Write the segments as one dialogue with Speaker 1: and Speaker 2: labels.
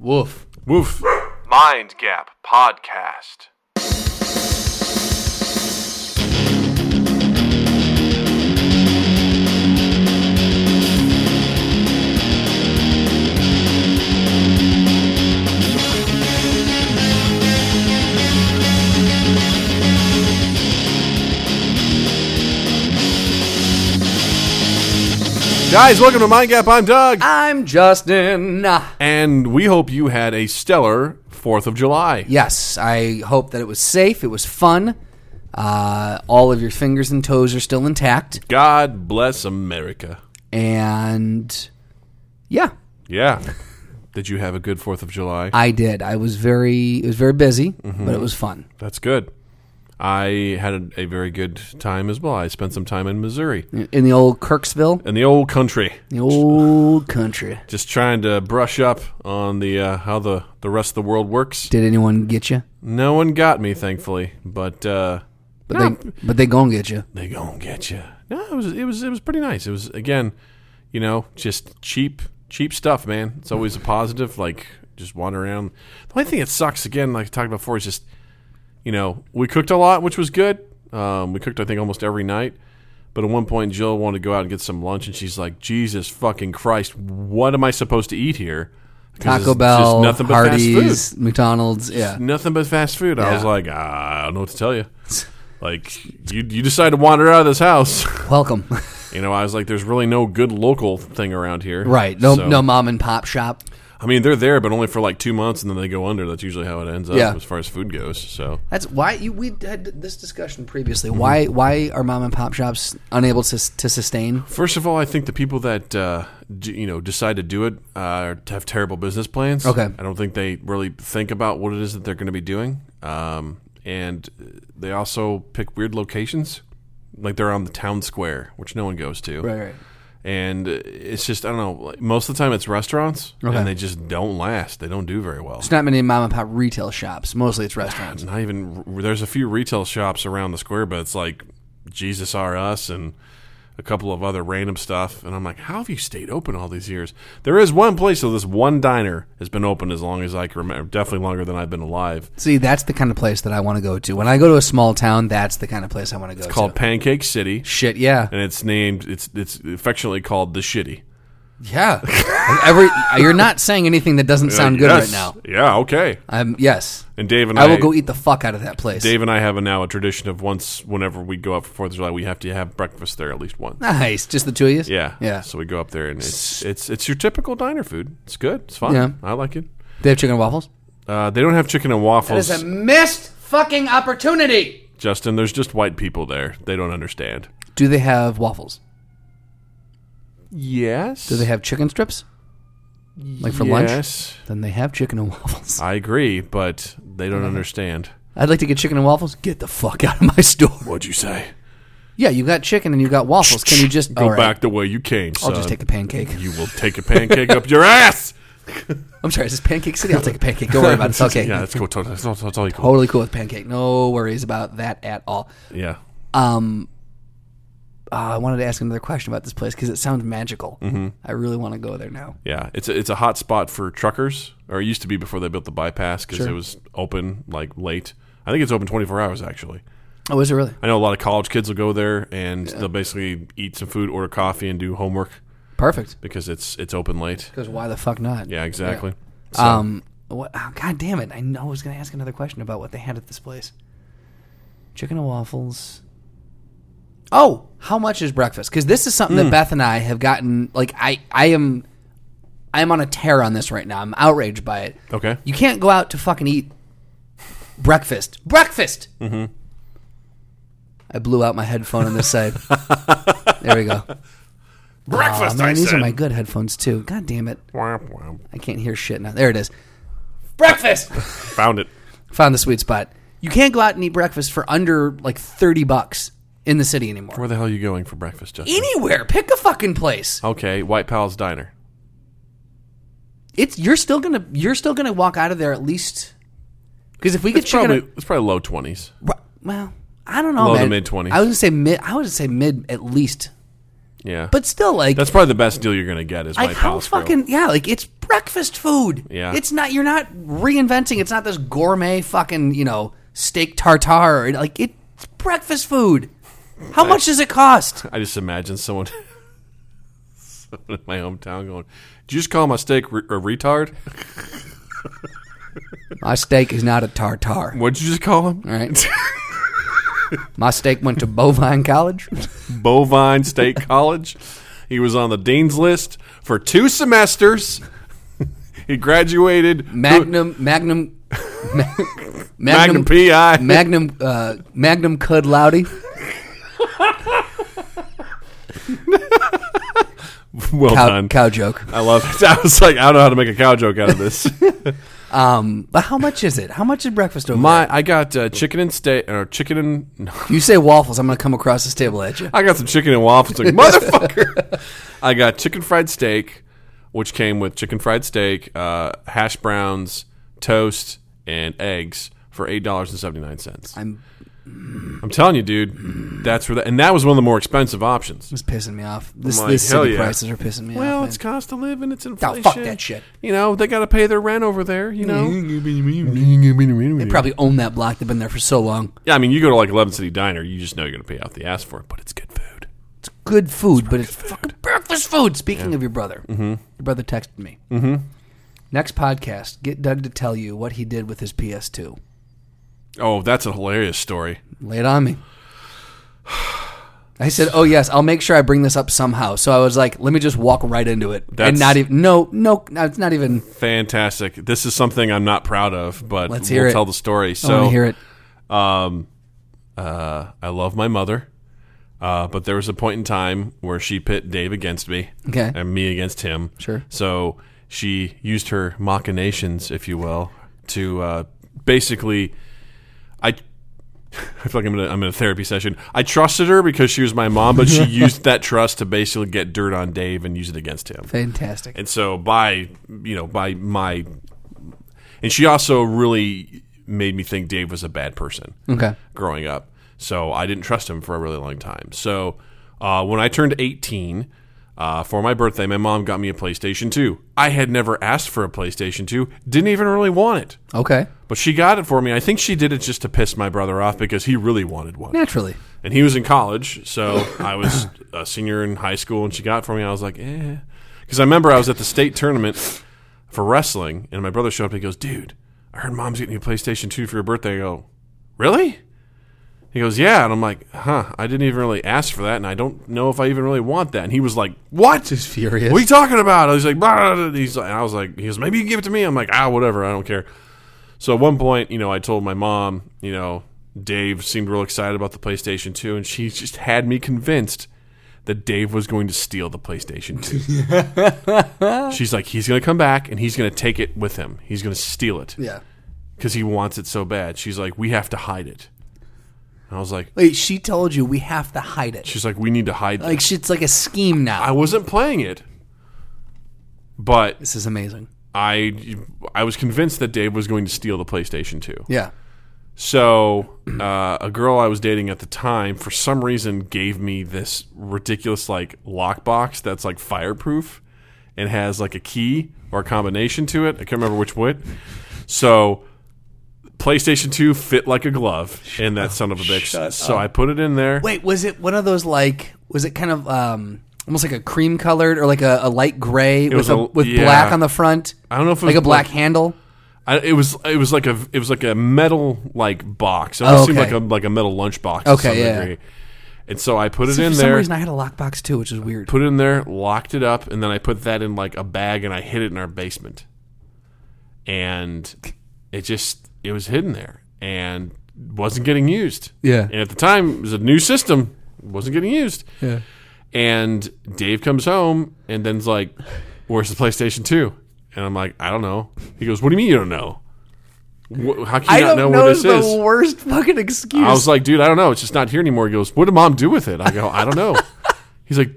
Speaker 1: Woof.
Speaker 2: Woof.
Speaker 3: Mind Gap Podcast.
Speaker 2: Guys, welcome to Mind Gap. I'm Doug.
Speaker 1: I'm Justin.
Speaker 2: And we hope you had a stellar 4th of July.
Speaker 1: Yes, I hope that it was safe. It was fun. Uh, all of your fingers and toes are still intact.
Speaker 2: God bless America.
Speaker 1: And yeah,
Speaker 2: Yeah. Did you have a good 4th of July?
Speaker 1: I did. I was very, it was very busy,
Speaker 2: Mm-hmm.
Speaker 1: but it was fun.
Speaker 2: That's good. I had a, a very good time as well. I spent some time in Missouri,
Speaker 1: In the old Kirksville,
Speaker 2: in the old country,
Speaker 1: the old country.
Speaker 2: just trying to brush up on the uh, how the, the rest of the world works.
Speaker 1: Did anyone get you?
Speaker 2: No one got me, thankfully, but uh,
Speaker 1: But they, but they gonna get you.
Speaker 2: they gonna get you. No, it was it was it was pretty nice. It was again, you know, just cheap cheap stuff, man. It's always a positive. Like just wander around. The only thing that sucks again, like I talked about before, is just you know we cooked a lot, which was good. Um, we cooked I think almost every night. But at one point, Jill wanted to go out and get some lunch, and she's like, "Jesus fucking Christ, what am I supposed to eat here?" 'Cause
Speaker 1: Taco
Speaker 2: it's just
Speaker 1: Bell,
Speaker 2: nothing but fast food.
Speaker 1: Hardee's, McDonald's. Yeah,
Speaker 2: Nothing but fast food. I was like, "Ah, I don't know what to tell you. Like you, you decide to wander out of this house.
Speaker 1: welcome.
Speaker 2: You know, I was like, there's really no good local thing around here.
Speaker 1: right. No,
Speaker 2: So-
Speaker 1: no mom and pop shop.
Speaker 2: I mean, they're there, but only for like two months and then they go under. That's usually how it ends up
Speaker 1: Yeah.
Speaker 2: as far as food goes. So,
Speaker 1: That's why you, we had this discussion previously. Why why are mom and pop shops unable to s- to sustain?
Speaker 2: first of all, I think the people that, uh, d you know, decide to do it uh, have terrible business plans.
Speaker 1: Okay.
Speaker 2: I don't think they really think about what it is that they're going to be doing. Um, and they also pick weird locations. Like they're on the town square, which no one goes to.
Speaker 1: Right, right.
Speaker 2: And it's just, I don't know, like, most of the time it's restaurants and they just don't last. They don't do very well.
Speaker 1: There's not many mom and pop retail shops. Mostly it's restaurants.
Speaker 2: not even there's a few retail shops around the square but it's like jesus r us and a couple of other random stuff and i'm like how have you stayed open all these years there is one place though this one diner has been open as long as i can remember definitely longer than i've been alive
Speaker 1: See, that's the kind of place that I want to go to. When I go to a small town, that's the kind of place I want to go to.
Speaker 2: called pancake city
Speaker 1: Shit, yeah,
Speaker 2: and it's named it's it's affectionately called the shitty
Speaker 1: yeah. Every you're not saying anything that doesn't sound good
Speaker 2: Yes.
Speaker 1: right now.
Speaker 2: yeah okay
Speaker 1: Um, yes,
Speaker 2: and dave and i,
Speaker 1: I will go eat the fuck out of that place.
Speaker 2: dave and i have a, now a tradition of once whenever we go up for fourth of july we have to have breakfast there at least once
Speaker 1: Nice, just the two of you.
Speaker 2: Yeah.
Speaker 1: yeah.
Speaker 2: So we go up there and it's it's it's your typical diner food. It's good. It's fine.
Speaker 1: Yeah.
Speaker 2: I like it.
Speaker 1: They have chicken and waffles.
Speaker 2: Uh, they don't have chicken and waffles,
Speaker 1: missed fucking opportunity.
Speaker 2: Justin. There's just white people there. They don't understand.
Speaker 1: Do they have waffles?
Speaker 2: Yes.
Speaker 1: Do they have chicken strips? Like for lunch?
Speaker 2: Yes.
Speaker 1: Then they have chicken and waffles.
Speaker 2: I agree, but they
Speaker 1: Uh-huh.
Speaker 2: don't understand.
Speaker 1: I'd like to get chicken and waffles. Get the fuck out of my store.
Speaker 2: What'd you say?
Speaker 1: Yeah, you got chicken and you got waffles. Can you just
Speaker 2: Go
Speaker 1: all right,
Speaker 2: back uh, the way you came,
Speaker 1: I'll
Speaker 2: son.
Speaker 1: just take the pancake.
Speaker 2: you will take a pancake up your ass.
Speaker 1: I'm sorry, is this Pancake City? I'll take a pancake. Don't worry about it. It's okay.
Speaker 2: yeah, that's cool. Tot- That's all, that's all you cool.
Speaker 1: Totally cool with pancake. No worries about that at all.
Speaker 2: Yeah.
Speaker 1: Um, uh, I wanted to ask another question about this place because it sounds magical.
Speaker 2: Mm-hmm.
Speaker 1: I really want to go there now.
Speaker 2: Yeah, it's a, it's a hot spot for truckers, or it used to be before they built the bypass because it was open like late. I think it's open 24 hours actually.
Speaker 1: Oh, is it really?
Speaker 2: I know a lot of college kids will go there and they'll basically eat some food, order coffee, and do homework
Speaker 1: Perfect.
Speaker 2: because it's it's open late.
Speaker 1: Because why the fuck not?
Speaker 2: Yeah, exactly. So,
Speaker 1: Um, what? Oh, God damn it! I know I was going to ask another question about what they had at this place. Chicken and waffles. Oh, how much is breakfast? Because this is something
Speaker 2: Hmm.
Speaker 1: that Beth and I have gotten. Like I, I am, I am on a tear on this right now. I'm outraged by it.
Speaker 2: okay.
Speaker 1: You can't go out to fucking eat breakfast. Breakfast. Mm-hmm. I blew out my headphone on this side. there we go. Aw,
Speaker 2: Breakfast. I
Speaker 1: uh, man, these
Speaker 2: said.
Speaker 1: are my good headphones too. God damn it!
Speaker 2: Womp womp.
Speaker 1: I can't hear shit now. There it is. Breakfast.
Speaker 2: Found it.
Speaker 1: found the sweet spot. You can't go out and eat breakfast for under like 30 bucks in the city anymore.
Speaker 2: Where the hell are you going for breakfast, Justin?
Speaker 1: Anywhere, pick a fucking place.
Speaker 2: Okay, White Palace Diner.
Speaker 1: It's you're still going to you're still going to walk out of there at least cuz if we get
Speaker 2: It's
Speaker 1: chicken
Speaker 2: probably it's probably low twenties.
Speaker 1: Ru- well, I don't know,
Speaker 2: Low to
Speaker 1: man.
Speaker 2: mid-twenties.
Speaker 1: I was going to say mid I would say mid at least.
Speaker 2: Yeah,
Speaker 1: But still like
Speaker 2: that's probably the best deal you're gonna get is
Speaker 1: like
Speaker 2: White
Speaker 1: how
Speaker 2: Palace. Grill.
Speaker 1: fucking yeah, like it's breakfast food.
Speaker 2: Yeah.
Speaker 1: It's not you're not reinventing. It's not this gourmet fucking, you know, steak tartare or like it, it's breakfast food. How much does it cost?
Speaker 2: I just imagine someone, someone in my hometown going, "Did you just call my steak re- a retard?
Speaker 1: My steak is not a tartare.
Speaker 2: What'd you just call him?
Speaker 1: All right. My steak went to Bovine College.
Speaker 2: Bovine State College. He was on the dean's list for two semesters. he graduated
Speaker 1: Magnum Magnum Ma- Magnum
Speaker 2: Magnum PI.
Speaker 1: Magnum uh, Magnum Cud Loudy.
Speaker 2: well
Speaker 1: Cow,
Speaker 2: done.
Speaker 1: cow joke.
Speaker 2: I love it. I was like, I don't know how to make a cow joke out of this.
Speaker 1: Um, but how much is it? How much is breakfast over?
Speaker 2: my, I got uh, chicken and steak, or chicken and. No,
Speaker 1: there? you say waffles, I'm gonna come across this table at you.
Speaker 2: I got some chicken and waffles. Like, motherfucker. I got chicken fried steak, which came with chicken fried steak, uh, hash browns, toast, and eggs for eight dollars and seventy nine cents.
Speaker 1: I'm-
Speaker 2: I'm telling you, dude, that's where that, and that was one of the more expensive options.
Speaker 1: It's pissing me off. This,
Speaker 2: like,
Speaker 1: this
Speaker 2: hell
Speaker 1: city
Speaker 2: yeah.
Speaker 1: prices are pissing me
Speaker 2: Well,
Speaker 1: off.
Speaker 2: it's cost of living, it's
Speaker 1: Oh, fuck
Speaker 2: inflation.
Speaker 1: that shit.
Speaker 2: You know, they got to pay their rent over there. You know,
Speaker 1: They probably own that block. They've been there for so long.
Speaker 2: yeah. I mean, you go to like Eleven City Diner, you just know you're gonna pay out the ass for it, but it's good food.
Speaker 1: Good food, but it's fucking breakfast food. Speaking of your brother, your brother texted me. Mm-hmm. Next podcast, get Doug to tell you what he did with his PS2.
Speaker 2: Oh, that's a hilarious story.
Speaker 1: Lay it on me. I said, "Oh yes, I'll make sure I bring this up somehow." So I was like, "Let me just walk right into it
Speaker 2: That's-
Speaker 1: and not even no no, no it's not even
Speaker 2: Fantastic. This is something I'm not proud of, but
Speaker 1: Let's
Speaker 2: we'll
Speaker 1: hear it.
Speaker 2: tell the story.
Speaker 1: I want
Speaker 2: So
Speaker 1: to hear it."
Speaker 2: Uh, I love my mother, uh, but there was a point in time where she pit Dave against me
Speaker 1: Okay.
Speaker 2: and me against him.
Speaker 1: Sure.
Speaker 2: So she used her machinations, if you will, to uh, basically. I I feel like I'm in, a, I'm in a therapy session. I trusted her because she was my mom, but she used that trust to basically get dirt on Dave and use it against him.
Speaker 1: Fantastic.
Speaker 2: And so by you know by my, and she also really made me think Dave was a bad person
Speaker 1: Okay.
Speaker 2: growing up. So I didn't trust him for a really long time. So uh, when I turned 18 uh, for my birthday, my mom got me a PlayStation 2. I had never asked for a PlayStation 2, didn't even really want it.
Speaker 1: Okay.
Speaker 2: But she got it for me. I think she did it just to piss my brother off because he really wanted one.
Speaker 1: Naturally.
Speaker 2: And he was in college, so I was a senior in high school, and she got it for me. I was like, eh. Because I remember I was at the state tournament for wrestling, and my brother showed up and he goes, dude, I heard mom's getting you a PlayStation 2 for your birthday. I go, really? He goes, yeah. And I'm like, huh, I didn't even really ask for that, and I don't know if I even really want that. And he was like, what?
Speaker 1: He's furious.
Speaker 2: What are you talking about? I was like, blah, blah, blah. And He's like, and I was like, he goes, maybe you can give it to me. I'm like, ah, whatever. I don't care. So at one point, you know, I told my mom, you know, Dave seemed real excited about the PlayStation 2, and she just had me convinced that Dave was going to steal the PlayStation 2. She's like, he's going to come back and he's going to take it with him. He's going to steal it
Speaker 1: yeah.
Speaker 2: because he wants it so bad. She's like, we have to hide it. And I was like,
Speaker 1: Wait, she told you we have to hide it.
Speaker 2: she's like, we need to hide
Speaker 1: Like
Speaker 2: it.
Speaker 1: she- it's like a scheme now.
Speaker 2: I wasn't playing it, but
Speaker 1: this is amazing.
Speaker 2: I I was convinced that Dave was going to steal the PlayStation 2.
Speaker 1: Yeah.
Speaker 2: So uh, a girl I was dating at the time, for some reason, gave me this ridiculous like lockbox that's like fireproof and has like a key or a combination to it. I can't remember which what. So PlayStation 2 fit like a glove in that son of a bitch. so I put it in there.
Speaker 1: Wait, was it one of those like was it kind of um almost like a cream colored or like a, a light gray
Speaker 2: was
Speaker 1: with a,
Speaker 2: a-
Speaker 1: with
Speaker 2: yeah.
Speaker 1: black on the front?
Speaker 2: I don't know if it
Speaker 1: like
Speaker 2: was
Speaker 1: a black
Speaker 2: black-
Speaker 1: handle.
Speaker 2: I, it was it was like a it was like a metal like box. It almost
Speaker 1: Oh,
Speaker 2: seemed like
Speaker 1: okay.
Speaker 2: a like a metal lunchbox. to
Speaker 1: Okay,
Speaker 2: some
Speaker 1: yeah.
Speaker 2: degree. And so I put it in
Speaker 1: For some
Speaker 2: there.
Speaker 1: reason, I had a lockbox too, which is weird.
Speaker 2: put it in there, locked it up, and then I put that in like a bag and I hid it in our basement. And it just it was hidden there and wasn't getting used.
Speaker 1: Yeah.
Speaker 2: And at the time it was a new system, wasn't getting used.
Speaker 1: Yeah.
Speaker 2: And Dave comes home and then's like, "Where's the PlayStation 2?" And I'm like, "I don't know." He goes, "What do you mean you don't know? Wh- How can you
Speaker 1: I don't
Speaker 2: not know
Speaker 1: know,
Speaker 2: where
Speaker 1: is
Speaker 2: this
Speaker 1: the
Speaker 2: is?"
Speaker 1: worst fucking excuse.
Speaker 2: I was like, dude, I don't know. It's just not here anymore. He goes, what did mom do with it? I go, I don't know. He's like,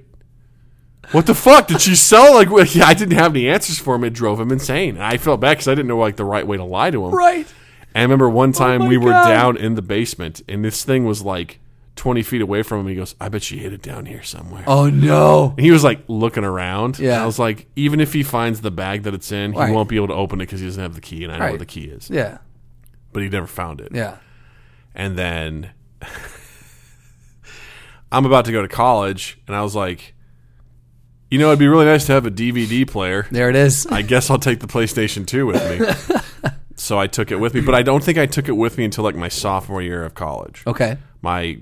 Speaker 2: what the fuck did she sell? Like, what- I didn't have any answers for him. It drove him insane. And I felt bad because I didn't know like the right way to lie to him.
Speaker 1: right. Oh
Speaker 2: And I remember one time
Speaker 1: my
Speaker 2: we were
Speaker 1: God.
Speaker 2: down in the basement, and this thing was like 20 feet away from him and he goes, I bet she hid it down here somewhere.
Speaker 1: Oh no.
Speaker 2: And he was like looking around.
Speaker 1: Yeah.
Speaker 2: And I was like, even if he finds the bag that it's in, he
Speaker 1: Right.
Speaker 2: won't be able to open it because he doesn't have the key. And I know where
Speaker 1: Right.
Speaker 2: the key is.
Speaker 1: Yeah.
Speaker 2: But he never found it.
Speaker 1: Yeah.
Speaker 2: And then I'm about to go to college. And I was like, you know, it'd be really nice to have a DVD player.
Speaker 1: There it is.
Speaker 2: I guess I'll take the PlayStation 2 with me. so I took it with me. But I don't think I took it with me until like my sophomore year of college.
Speaker 1: Okay.
Speaker 2: My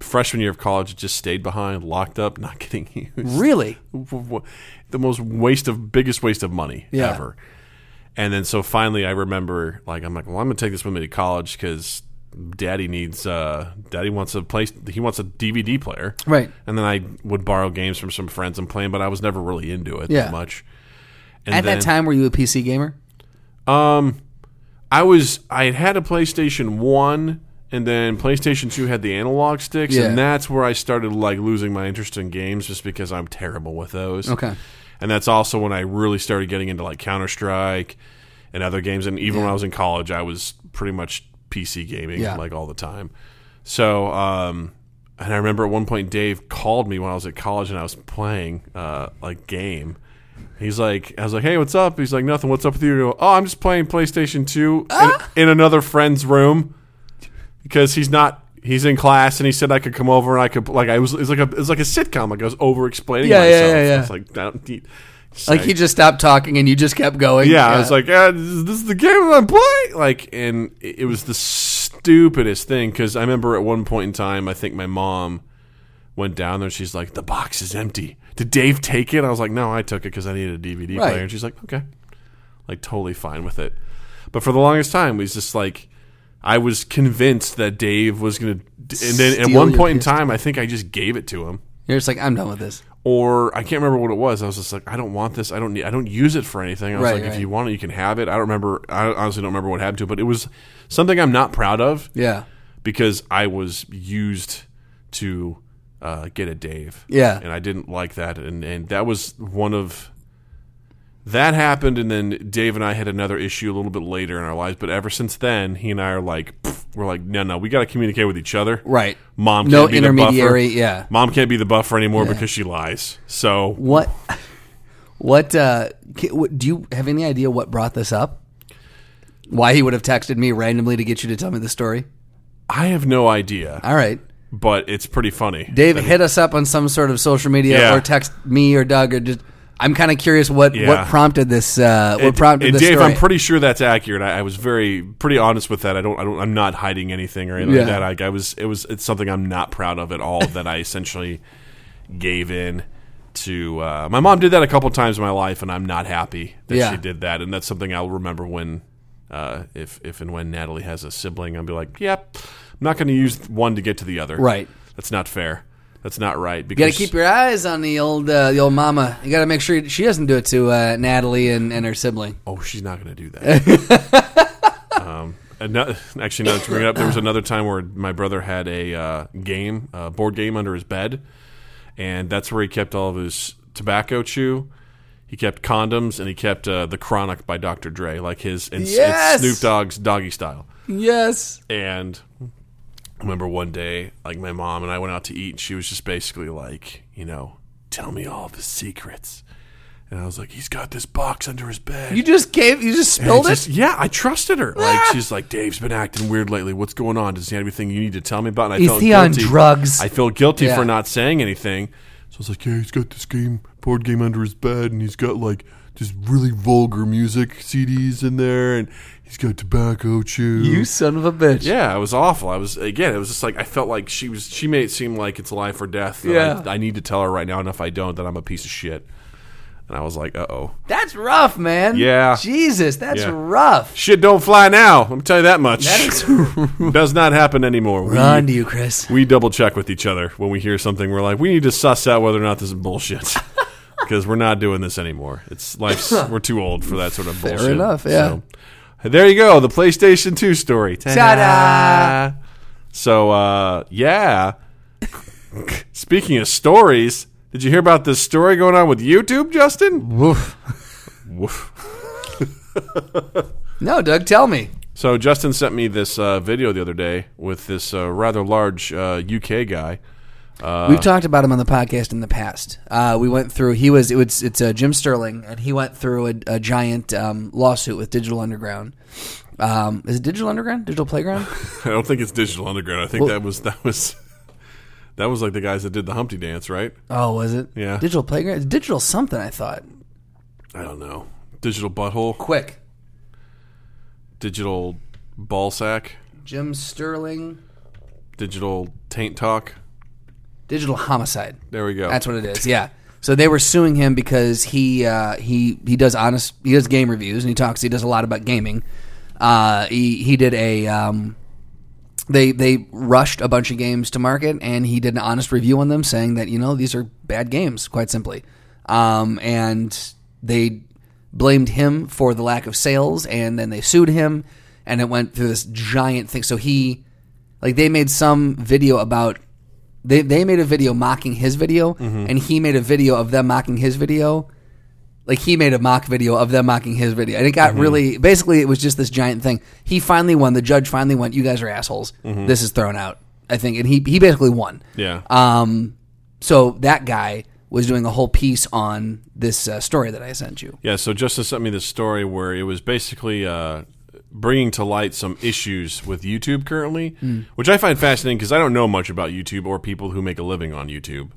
Speaker 2: freshman year of college it just stayed behind, locked up, not getting used
Speaker 1: Really?
Speaker 2: the most waste of biggest waste of money
Speaker 1: Yeah.
Speaker 2: ever. And then so finally, I remember like I'm like, well, I'm gonna take this with me to college because Daddy needs uh, Daddy wants a place. He wants a DVD player,
Speaker 1: Right.
Speaker 2: And then I would borrow games from some friends and play 'em, but I was never really into it
Speaker 1: Yeah.
Speaker 2: that much. And
Speaker 1: At that
Speaker 2: then-
Speaker 1: time, were you a PC gamer?
Speaker 2: I was I had had a PlayStation One, and then PlayStation Two had the analog sticks,
Speaker 1: Yeah.
Speaker 2: and that's where I started like losing my interest in games, just because I'm terrible with those.
Speaker 1: Okay.
Speaker 2: and that's also when I really started getting into like Counter Strike and other games. And even when I was in college, I was pretty much PC gaming
Speaker 1: Yeah.
Speaker 2: like all the time. So, um, and I remember at one point Dave called me when I was at college and I was playing uh, like game. He's like, I was like, hey, what's up? He's like, nothing. What's up with you? I go, oh, I'm just playing PlayStation Two
Speaker 1: Uh?
Speaker 2: in, in another friend's room because he's not. He's in class, and he said I could come over, and I could like I was. It's like a it's like a sitcom. Like I was over explaining
Speaker 1: Yeah, yeah,
Speaker 2: myself.
Speaker 1: yeah, yeah.
Speaker 2: It's like I don't need-
Speaker 1: Like he just stopped talking and you just kept going.
Speaker 2: yeah, I was like, "Ah, this, is- this is the game that I'm playing. Like, and it it was the stupidest thing because I remember at one point in time, I think my mom went down there. and She's like, the box is empty. Did Dave take it? I was like, no, I took it because I needed a DVD
Speaker 1: Right.
Speaker 2: player. And she's like, okay, like totally fine with it. But for the longest time, we was just like, I was convinced that Dave was gonna. And then at
Speaker 1: Steal
Speaker 2: one
Speaker 1: your
Speaker 2: point in
Speaker 1: PS2.
Speaker 2: time, I think I just gave it to him
Speaker 1: you're just like, I'm done with this.
Speaker 2: or I can't remember what it was. I was just like, I don't want this. I don't need. I don't use it for anything. I was
Speaker 1: Right,
Speaker 2: like,
Speaker 1: right.
Speaker 2: if you want it, you can have it. I don't remember. I honestly don't remember what happened to it, but it was something I'm not proud of
Speaker 1: Yeah.
Speaker 2: because I was used to uh, get a Dave.
Speaker 1: Yeah.
Speaker 2: and I didn't like that, and and that was one of that happened, and then Dave and I had another issue a little bit later in our lives. But ever since then, he and I are like, pff, we're like, no, no, we got to communicate with each other.
Speaker 1: Right.
Speaker 2: Mom,
Speaker 1: No
Speaker 2: can't be the buffer.
Speaker 1: intermediary, yeah.
Speaker 2: Mom can't be the buffer anymore because she lies. So
Speaker 1: What? What? Uh, ca- what? Do you have any idea what brought this up? Why he would have texted me randomly to get you to tell me the story?
Speaker 2: I have no idea,
Speaker 1: All right.
Speaker 2: but it's pretty funny.
Speaker 1: Dave hit us up on some sort of social media
Speaker 2: Yeah.
Speaker 1: or text me or Doug or just. I'm kind of curious what,
Speaker 2: Yeah.
Speaker 1: what prompted this. Uh, what
Speaker 2: And-
Speaker 1: prompted
Speaker 2: and
Speaker 1: this
Speaker 2: Dave,
Speaker 1: story?
Speaker 2: I'm pretty sure that's accurate. I, I was very pretty honest with that. I don't, I don't, I'm not hiding anything or anything like
Speaker 1: Yeah.
Speaker 2: that. Like I was, it was, it's something I'm not proud of at all. that I essentially gave in to. Uh, my mom did that a couple times in my life, and I'm not happy that
Speaker 1: Yeah.
Speaker 2: she did that. And that's something I'll remember when, uh, if, if and when Natalie has a sibling, I'll be like, yep, I'm not going to use one to get to the other.
Speaker 1: Right.
Speaker 2: That's not fair. That's not right.
Speaker 1: you
Speaker 2: Because
Speaker 1: got to keep your eyes on the old uh, the old mama. You got to make sure she doesn't do it to uh, Natalie and, and her sibling.
Speaker 2: Oh, she's not going to do that. um, ano- actually, now that you bring it up, there was another time where my brother had a uh, game, uh, board game under his bed, and that's where he kept all of his tobacco chew. He kept condoms and he kept uh, the Chronic by Dr. Dre, like his and,
Speaker 1: Yes!
Speaker 2: and Snoop Dogg's doggy style.
Speaker 1: Yes.
Speaker 2: And I remember one day, like my mom and I went out to eat, and she was just basically like, you know, tell me all the secrets. And I was like, he's got this box under his bed.
Speaker 1: You just gave. You just
Speaker 2: And
Speaker 1: spilled it. Ah.
Speaker 2: just- yeah, I trusted her. Like she's like, Dave's been acting weird lately. What's going on? Does he have anything you need to tell me about? And I
Speaker 1: Is
Speaker 2: felt
Speaker 1: he on
Speaker 2: guilty.
Speaker 1: drugs?
Speaker 2: I feel guilty
Speaker 1: Yeah.
Speaker 2: for not saying anything. So I was like, Yeah, he's got this game board game under his bed, and he's got like this really vulgar music CDs in there, and he's got tobacco chew.
Speaker 1: you son of a bitch.
Speaker 2: yeah, it was awful. I was again. It was just like I felt like she was. She made it seem like it's life or death. and
Speaker 1: Yeah.
Speaker 2: I, I need to tell her right now, and if I don't, then I'm a piece of shit. And I was like, uh oh,
Speaker 1: That's rough, man.
Speaker 2: Yeah.
Speaker 1: Jesus, that's
Speaker 2: Yeah.
Speaker 1: rough.
Speaker 2: shit don't fly now. Let me tell you that much.
Speaker 1: That is
Speaker 2: does not happen anymore. We,
Speaker 1: run to you, Chris.
Speaker 2: we double check with each other when we hear something. We're like, we need to suss out whether or not this is bullshit because we're not doing this anymore. It's life's. we're too old for that sort of bullshit.
Speaker 1: enough, yeah.
Speaker 2: So, there you go. The PlayStation Two story.
Speaker 1: Ta-da!
Speaker 2: So uh, yeah. Speaking of stories, did you hear about this story going on with YouTube, Justin?
Speaker 1: Woof.
Speaker 2: Woof.
Speaker 1: No, Doug, tell me.
Speaker 2: So Justin sent me this uh, video the other day with this uh, rather large uh, UK guy.
Speaker 1: We've talked about him on the podcast in the past. Uh, we went through. He was it was it's uh, Jim Sterling, and he went through a, a giant um, lawsuit with Digital Underground. Um, is it Digital Underground? Digital Playground?
Speaker 2: I don't think it's Digital Underground. I think that was that was that was like the guys that did the Humpty Dance, right?
Speaker 1: Oh, was it?
Speaker 2: Yeah.
Speaker 1: Digital Playground. It's Digital something. I thought.
Speaker 2: I don't know. Digital butthole,
Speaker 1: Quick.
Speaker 2: digital ball sack,
Speaker 1: Jim Sterling.
Speaker 2: digital taint talk.
Speaker 1: Digital homicide.
Speaker 2: There we go.
Speaker 1: That's what it is. Yeah. So they were suing him because he uh, he he does honest he does game reviews and he talks he does a lot about gaming. Uh, he he did a um, they they rushed a bunch of games to market and he did an honest review on them saying that you know these are bad games quite simply. Um, and they blamed him for the lack of sales and then they sued him and it went through this giant thing. So he like they made some video about they they made a video mocking his video and he made a video of them mocking his video like he made a mock video of them mocking his video and it got really basically it was just this giant thing he finally won the judge finally went you guys are assholes this is thrown out i think and he he basically won
Speaker 2: yeah.
Speaker 1: um so that guy was doing a whole piece on this uh, story that i sent you
Speaker 2: Yeah, so Justin sent me this story where it was basically uh, bringing to light some issues with YouTube currently, which I find fascinating because I don't know much about YouTube or people who make a living on YouTube.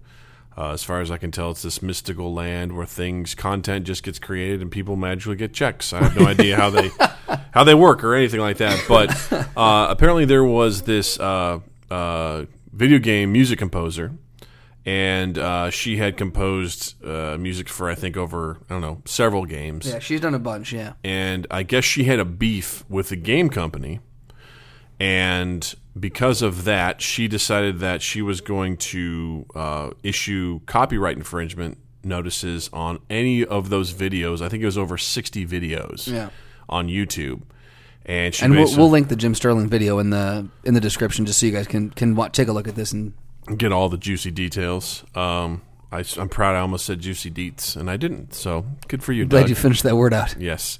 Speaker 2: Uh, as far as I can tell, it's this mystical land where things, content just gets created and people magically get checks. I have no idea how they how they work or anything like that. But uh, apparently, there was this uh, uh, video game music composer and uh, she had composed uh, music for I think over I don't know several games,
Speaker 1: yeah she's done a bunch yeah
Speaker 2: and I guess she had a beef with the game company, and because of that, she decided that she was going to uh, issue copyright infringement notices on any of those videos. I think it was over sixty videos
Speaker 1: Yeah.
Speaker 2: on YouTube, and she
Speaker 1: and we'll,
Speaker 2: basically-
Speaker 1: we'll link the jim sterling video in the in the description just so you guys can can wa take a look at this and
Speaker 2: get all the juicy details. Um, I, am proud I almost said juicy deets, and I didn't. So good for you,
Speaker 1: glad
Speaker 2: Doug.
Speaker 1: you finished that word out
Speaker 2: yes.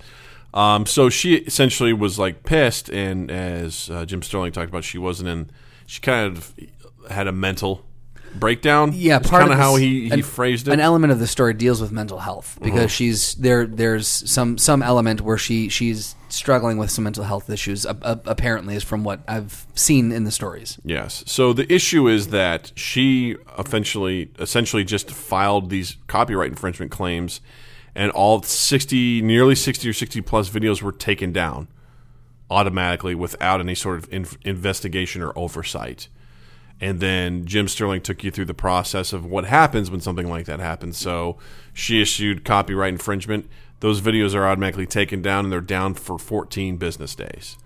Speaker 2: Um, so she essentially was like pissed, and as uh, Jim Sterling talked about, she wasn't in. She kind of had a mental breakdown.
Speaker 1: Yeah,
Speaker 2: It's
Speaker 1: part
Speaker 2: kind of
Speaker 1: this-
Speaker 2: how he, he
Speaker 1: an-
Speaker 2: phrased it.
Speaker 1: An element of the story deals with mental health because she's there. There's some some element where she she's struggling with some mental health issues. Uh, uh, apparently, is from what I've seen in the stories.
Speaker 2: Yes. So the issue is that she essentially essentially just filed these copyright infringement claims and all 60 nearly 60 or 60 plus videos were taken down automatically without any sort of in- investigation or oversight. And then Jim Sterling took you through the process of what happens when something like that happens. So she issued copyright infringement. Those videos are automatically taken down and they're down for 14 business days.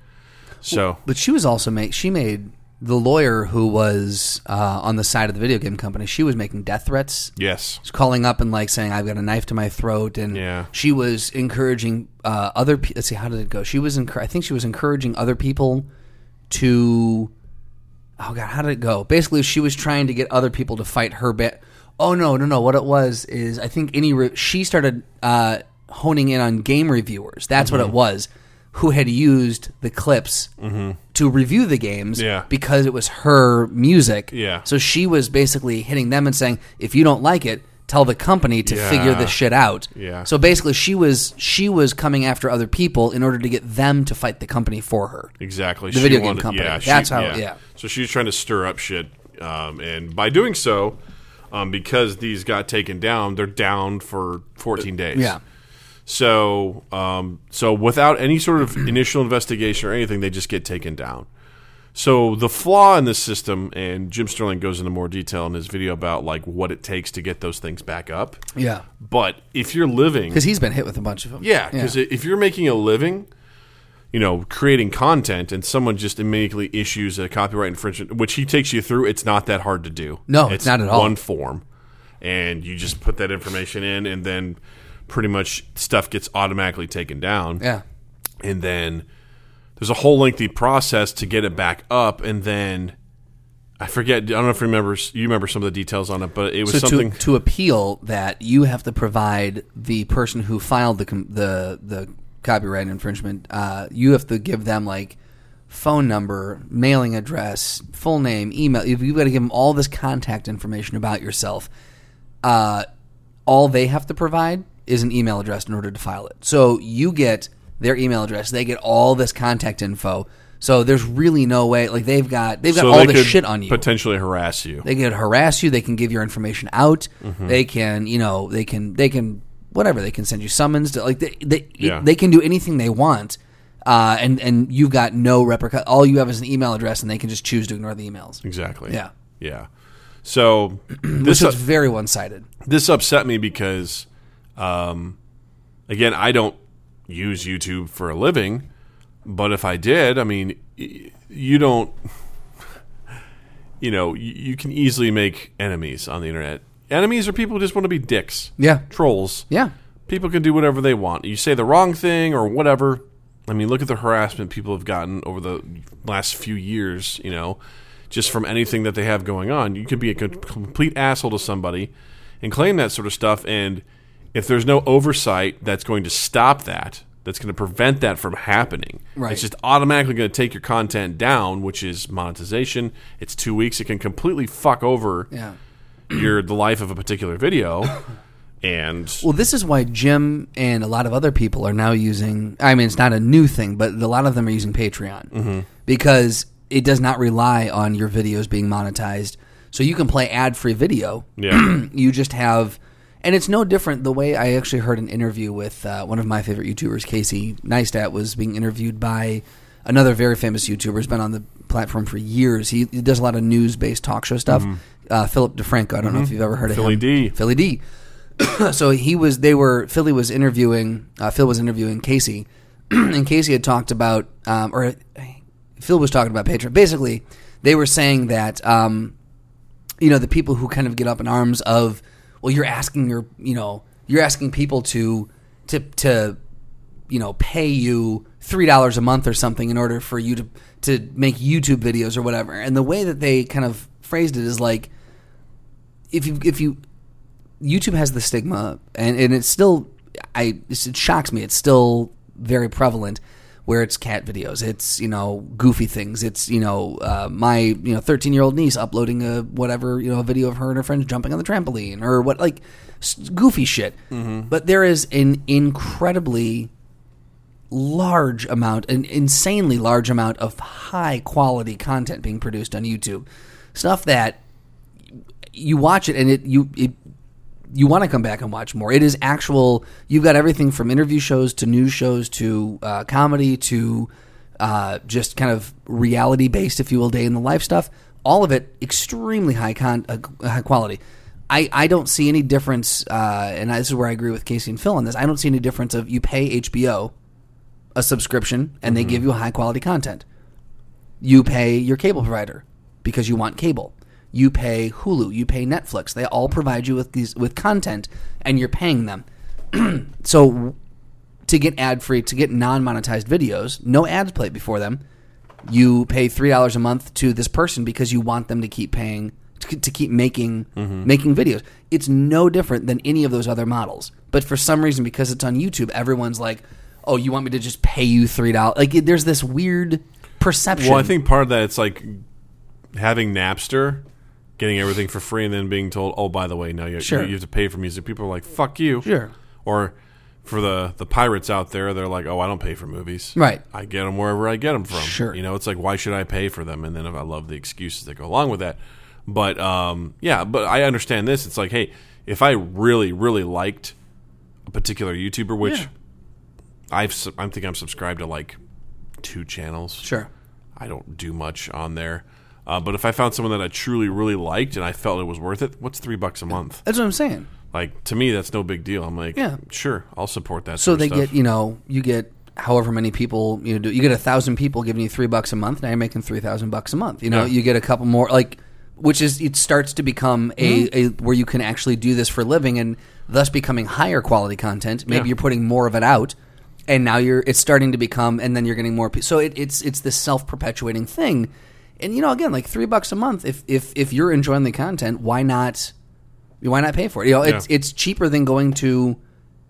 Speaker 2: So
Speaker 1: But she was also made. She made the lawyer who was uh, on the side of the video game company. She was making death threats.
Speaker 2: yes.
Speaker 1: was calling up and like saying I've got a knife to my throat, and
Speaker 2: Yeah.
Speaker 1: she was encouraging uh, other. Pe- let's see, how did it go? She was, encour- I think, she was encouraging other people to. Oh god, how did it go? Basically, she was trying to get other people to fight her bet. Oh no, no, no! What it was is I think any re- she started uh, honing in on game reviewers. That's what it
Speaker 2: Mm-hmm.
Speaker 1: was. Who had used the clips to review the games
Speaker 2: Yeah.
Speaker 1: because it was her music.
Speaker 2: Yeah.
Speaker 1: So she was basically hitting them and saying, if you don't like it, tell the company to
Speaker 2: Yeah.
Speaker 1: figure this shit out.
Speaker 2: Yeah.
Speaker 1: So basically she was she was coming after other people in order to get them to fight the company for her.
Speaker 2: Exactly.
Speaker 1: The video game company. That's how- yeah.
Speaker 2: So she was trying to stir up shit, um, and by doing so, um, because these got taken down, they're down for 14 days.
Speaker 1: Uh, Yeah.
Speaker 2: So, um, so without any sort of initial investigation or anything, they just get taken down. So the flaw in this system, and Jim Sterling goes into more detail in his video about like what it takes to get those things back up.
Speaker 1: Yeah.
Speaker 2: But if you're living
Speaker 1: Because he's been hit with a bunch of them.
Speaker 2: yeah, because if you're making a living, you know, creating content, and someone just immediately issues a copyright infringement, which he takes you through, it's not that hard to do.
Speaker 1: No, it's not at all.
Speaker 2: One form, and you just put that information in, and then pretty much stuff gets automatically taken down
Speaker 1: Yeah.
Speaker 2: and then there's a whole lengthy process to get it back up and then I forget I don't know if you remember you remember some of the details on it but it was
Speaker 1: So to,
Speaker 2: something
Speaker 1: to appeal that you have to provide the person who filed the com- the the copyright infringement, uh, you have to give them like phone number, mailing address, full name, email. You've, you've got to give them all this contact information about yourself. Uh, all they have to provide is an email address in order to file it. So you get their email address, they get all this contact info. So there's really no way like they've got they've got
Speaker 2: So
Speaker 1: all
Speaker 2: they
Speaker 1: this
Speaker 2: could
Speaker 1: shit on you.
Speaker 2: Potentially harass you.
Speaker 1: They can harass you. They can give your information out. They can, you know, they can, they can, whatever. They can send you summons. To, like they, they,
Speaker 2: Yeah.
Speaker 1: they can do anything they want, uh, and and you've got no repercussion. All you have is an email address, and they can just choose to ignore the emails.
Speaker 2: exactly.
Speaker 1: Yeah.
Speaker 2: Yeah. So this
Speaker 1: This is very one sided.
Speaker 2: this upset me because um, again i don't use youtube for a living but if i did i mean y- you don't you know you, you can easily make enemies on the internet enemies are people who just want to be dicks
Speaker 1: Yeah,
Speaker 2: trolls
Speaker 1: yeah,
Speaker 2: people can do whatever they want you say the wrong thing or whatever i mean look at the harassment people have gotten over the last few years you know just from anything that they have going on you could be a com- complete asshole to somebody and claim that sort of stuff and if there's no oversight that's going to stop that that's going to prevent that from happening
Speaker 1: Right.
Speaker 2: it's just automatically going to take your content down which is monetization it's two weeks it can completely fuck over
Speaker 1: yeah.
Speaker 2: your the life of a particular video and
Speaker 1: Well, this is why Jim and a lot of other people are now using. I mean, it's not a new thing, but a lot of them are using Patreon because it does not rely on your videos being monetized. So you can play ad free video
Speaker 2: yeah
Speaker 1: you just have and it's no different the way i actually heard an interview with uh, one of my favorite youtubers casey neistat was being interviewed by another very famous youtuber who's been on the platform for years he, he does a lot of news-based talk show stuff uh, philip defranco i don't know if you've ever heard of
Speaker 2: Philly
Speaker 1: him
Speaker 2: D.
Speaker 1: philly d so he was they were Philly was interviewing uh, Phil was interviewing Casey and Casey had talked about um, or uh, Phil was talking about Patreon basically they were saying that um, you know the people who kind of get up in arms of well you're asking your you know you're asking people to to to you know pay you three dollars a month or something in order for you to to make YouTube videos or whatever and the way that they kind of phrased it is like if you if you YouTube has the stigma, and, and it's still, I it shocks me. It's still very prevalent, where it's cat videos, it's you know goofy things, it's you know uh, my you know thirteen year old niece uploading a whatever you know a video of her and her friends jumping on the trampoline or what like s- goofy shit. But there is an incredibly large amount, an insanely large amount of high quality content being produced on YouTube, stuff that you watch it and it you it you want to come back and watch more. It is actual. You've got everything from interview shows to news shows to uh, comedy to uh, just kind of reality based, if you will, day in the life stuff. All of it extremely high con uh, high quality. I, I don't see any difference, uh, and this is where I agree with Casey and Phil on this. I don't see any difference of you pay HBO a subscription and they give you high quality content. You pay your cable provider because you want cable. You pay Hulu, you pay Netflix. They all provide you with these with content and you're paying them. so to get ad free, to get non monetized videos, no ads played before them, you pay three dollars a month to this person because you want them to keep paying to, to keep making
Speaker 2: Mm-hmm.
Speaker 1: making videos. It's no different than any of those other models. But for some reason, because it's on YouTube, everyone's like, "Oh, you want me to just pay you three dollars?" Like, it- there's this weird perception.
Speaker 2: Well, I think part of that it's like having Napster, getting everything for free, and then being told, "Oh, by the way, no, you,
Speaker 1: Sure.
Speaker 2: you have to pay for music." People are like, "Fuck you."
Speaker 1: Sure.
Speaker 2: Or for the the pirates out there, they're like, "Oh, I don't pay for movies.
Speaker 1: Right.
Speaker 2: I get them wherever I get them from."
Speaker 1: Sure.
Speaker 2: You know, it's like, why should I pay for them? And then I love the excuses that go along with that. But um, yeah, but I understand this. It's like, hey, if I really, really liked a particular YouTuber, which I've, su- I think I'm subscribed to like two channels.
Speaker 1: sure,
Speaker 2: I don't do much on there. Uh, but if I found someone that I truly, really liked and I felt it was worth it, what's three bucks a month?
Speaker 1: that's what I'm saying.
Speaker 2: Like to me, that's no big deal. I'm like,
Speaker 1: Yeah.
Speaker 2: sure, I'll support that.
Speaker 1: So
Speaker 2: sort
Speaker 1: they
Speaker 2: of stuff.
Speaker 1: get you know you get however many people you know do- you get a thousand people giving you three bucks a month. Now you're making three thousand bucks a month. You know
Speaker 2: Yeah.
Speaker 1: you get a couple more like which is it starts to become
Speaker 2: Hmm?
Speaker 1: a, a where you can actually do this for a living and thus becoming higher quality content. Maybe
Speaker 2: Yeah.
Speaker 1: you're putting more of it out. And now you're it's starting to become, and then you're getting more. pe- So it, it's it's this self perpetuating thing, and you know again like three bucks a month. If if if you're enjoying the content, why not why not pay for it? You know, it's
Speaker 2: Yeah.
Speaker 1: it's cheaper than going to.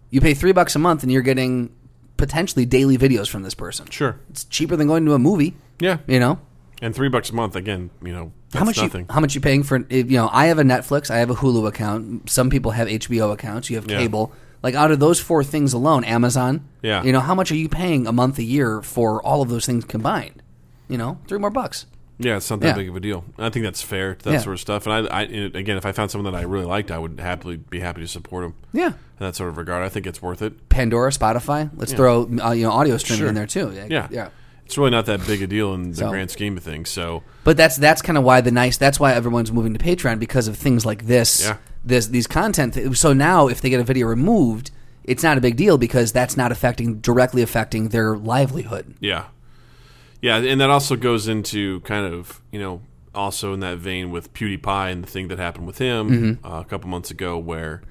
Speaker 1: You pay three bucks a month, and you're getting potentially daily videos from this person.
Speaker 2: Sure.
Speaker 1: It's cheaper than going to a movie.
Speaker 2: Yeah.
Speaker 1: You know,
Speaker 2: And three bucks a month again. You know, that's
Speaker 1: how much
Speaker 2: nothing.
Speaker 1: you how much you paying for? if, You know, I have a Netflix, I have a Hulu account. Some people have HBO accounts. You have
Speaker 2: Yeah.
Speaker 1: cable. Like out of those four things alone, Amazon.
Speaker 2: Yeah.
Speaker 1: You know, how much are you paying a month, a year for all of those things combined? You know, three more bucks.
Speaker 2: yeah, it's not that
Speaker 1: Yeah.
Speaker 2: big of a deal. I think that's fair. That
Speaker 1: Yeah.
Speaker 2: sort of stuff. And I, I, and again, if I found someone that I really liked, I would happily be happy to support them.
Speaker 1: Yeah.
Speaker 2: In that sort of regard, I think it's worth it.
Speaker 1: Pandora, Spotify. Let's throw uh, you know audio streaming
Speaker 2: Sure.
Speaker 1: in there too.
Speaker 2: Yeah.
Speaker 1: Yeah.
Speaker 2: It's really not that big a deal in the
Speaker 1: So-
Speaker 2: grand scheme of things. So
Speaker 1: But that's that's kind of why the nice. That's why everyone's moving to Patreon because of things like this.
Speaker 2: Yeah.
Speaker 1: This these content. thi- So now, if they get a video removed, it's not a big deal because that's not affecting directly affecting their livelihood.
Speaker 2: Yeah. Yeah, and that also goes into kind of, you know, also in that vein with PewDiePie and the thing that happened with him uh, a couple months ago where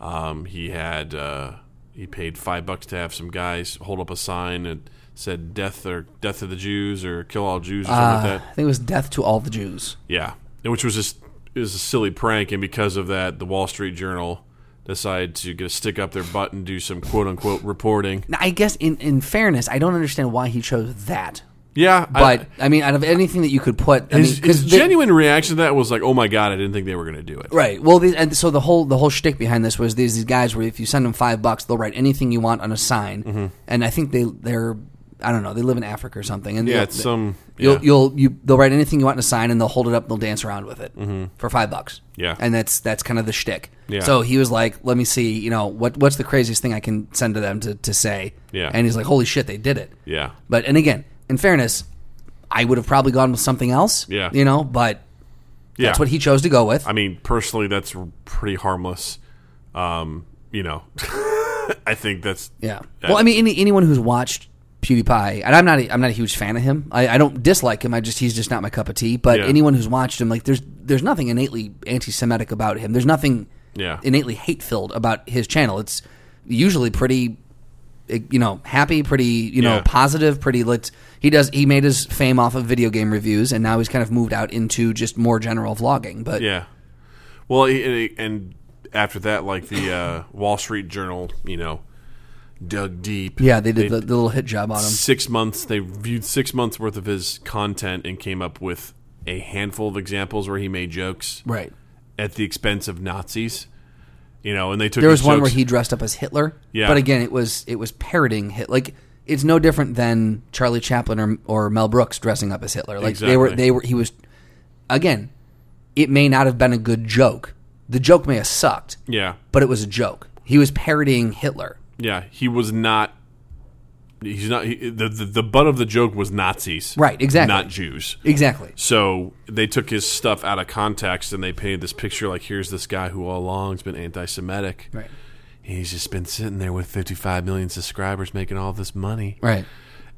Speaker 2: um, he had, uh, he paid five bucks to have some guys hold up a sign and said death or death of the Jews or kill all Jews or something like that.
Speaker 1: Uh, I think it was death to all the Jews.
Speaker 2: Yeah, And which was just it was a silly prank, and because of that, the Wall Street Journal decided to get a stick up their butt and do some quote unquote reporting.
Speaker 1: Now, I guess in in fairness, I don't understand why he chose that.
Speaker 2: Yeah, I-
Speaker 1: But I, mean, out of anything that you could put, I mean,
Speaker 2: his, his
Speaker 1: they-
Speaker 2: genuine reaction to that was like, "Oh my god, I didn't think they were going to do it."
Speaker 1: Right. Well, the, and so the whole the whole shtick behind this was these these guys where if you send them five bucks, they'll write anything you want on a sign,
Speaker 2: Mm-hmm.
Speaker 1: and I think they they're I don't know they live in Africa or something, and
Speaker 2: Yeah,
Speaker 1: they'll-
Speaker 2: it's some.
Speaker 1: You'll,
Speaker 2: Yeah,
Speaker 1: you'll you they'll write anything you want in a sign and they'll hold it up and they'll dance around with it for five bucks.
Speaker 2: Mm-hmm. Yeah.
Speaker 1: and that's that's kind of the shtick.
Speaker 2: Yeah.
Speaker 1: So he was like, "Let me see, you know what what's the craziest thing I can send to them to to say?"
Speaker 2: Yeah.
Speaker 1: and he's like, "Holy shit, they did it!"
Speaker 2: yeah,
Speaker 1: But and again, in fairness, I would have probably gone with something else.
Speaker 2: Yeah.
Speaker 1: you know, but
Speaker 2: yeah.
Speaker 1: that's what he chose to go with.
Speaker 2: I mean, personally, that's r- pretty harmless. Um, you know, I think that's
Speaker 1: Yeah. Well, I mean, any, anyone who's watched PewDiePie, and I'm not, a, I'm not a huge fan of him. I, I don't dislike him. I just he's just not my cup of tea. But
Speaker 2: Yeah.
Speaker 1: anyone who's watched him, like, there's there's nothing innately anti-Semitic about him. There's nothing
Speaker 2: Yeah.
Speaker 1: innately hate-filled about his channel. It's usually pretty, eh, you know, happy, pretty, you know,
Speaker 2: Yeah.
Speaker 1: positive, pretty. Let's he does he made his fame off of video game reviews, and now he's kind of moved out into just more general vlogging. But
Speaker 2: yeah. Well, he- and, he- and after that, like the uh, Wall Street Journal, you know, dug deep.
Speaker 1: yeah, they did the, the little hit job on him.
Speaker 2: six months they viewed six months worth of his content and came up with a handful of examples where he made jokes
Speaker 1: Right.
Speaker 2: at the expense of nazis you know and they took
Speaker 1: There
Speaker 2: his
Speaker 1: was one where
Speaker 2: jokes-
Speaker 1: he dressed up as Hitler.
Speaker 2: Yeah.
Speaker 1: But again, it was it was parroting hit like it's no different than Charlie Chaplin or or Mel Brooks dressing up as Hitler. Like they were
Speaker 2: Exactly.
Speaker 1: they were he was again, it may not have been a good joke. The joke may have sucked,
Speaker 2: yeah
Speaker 1: but it was a joke. He was parodying Hitler.
Speaker 2: yeah he was not he's not he, the, the the butt of the joke was nazis
Speaker 1: Right, exactly.
Speaker 2: not jews
Speaker 1: Exactly.
Speaker 2: So they took his stuff out of context and they painted this picture like here's this guy who all along has been anti-Semitic.
Speaker 1: Right.
Speaker 2: He's just been sitting there with 55 million subscribers making all this money.
Speaker 1: Right.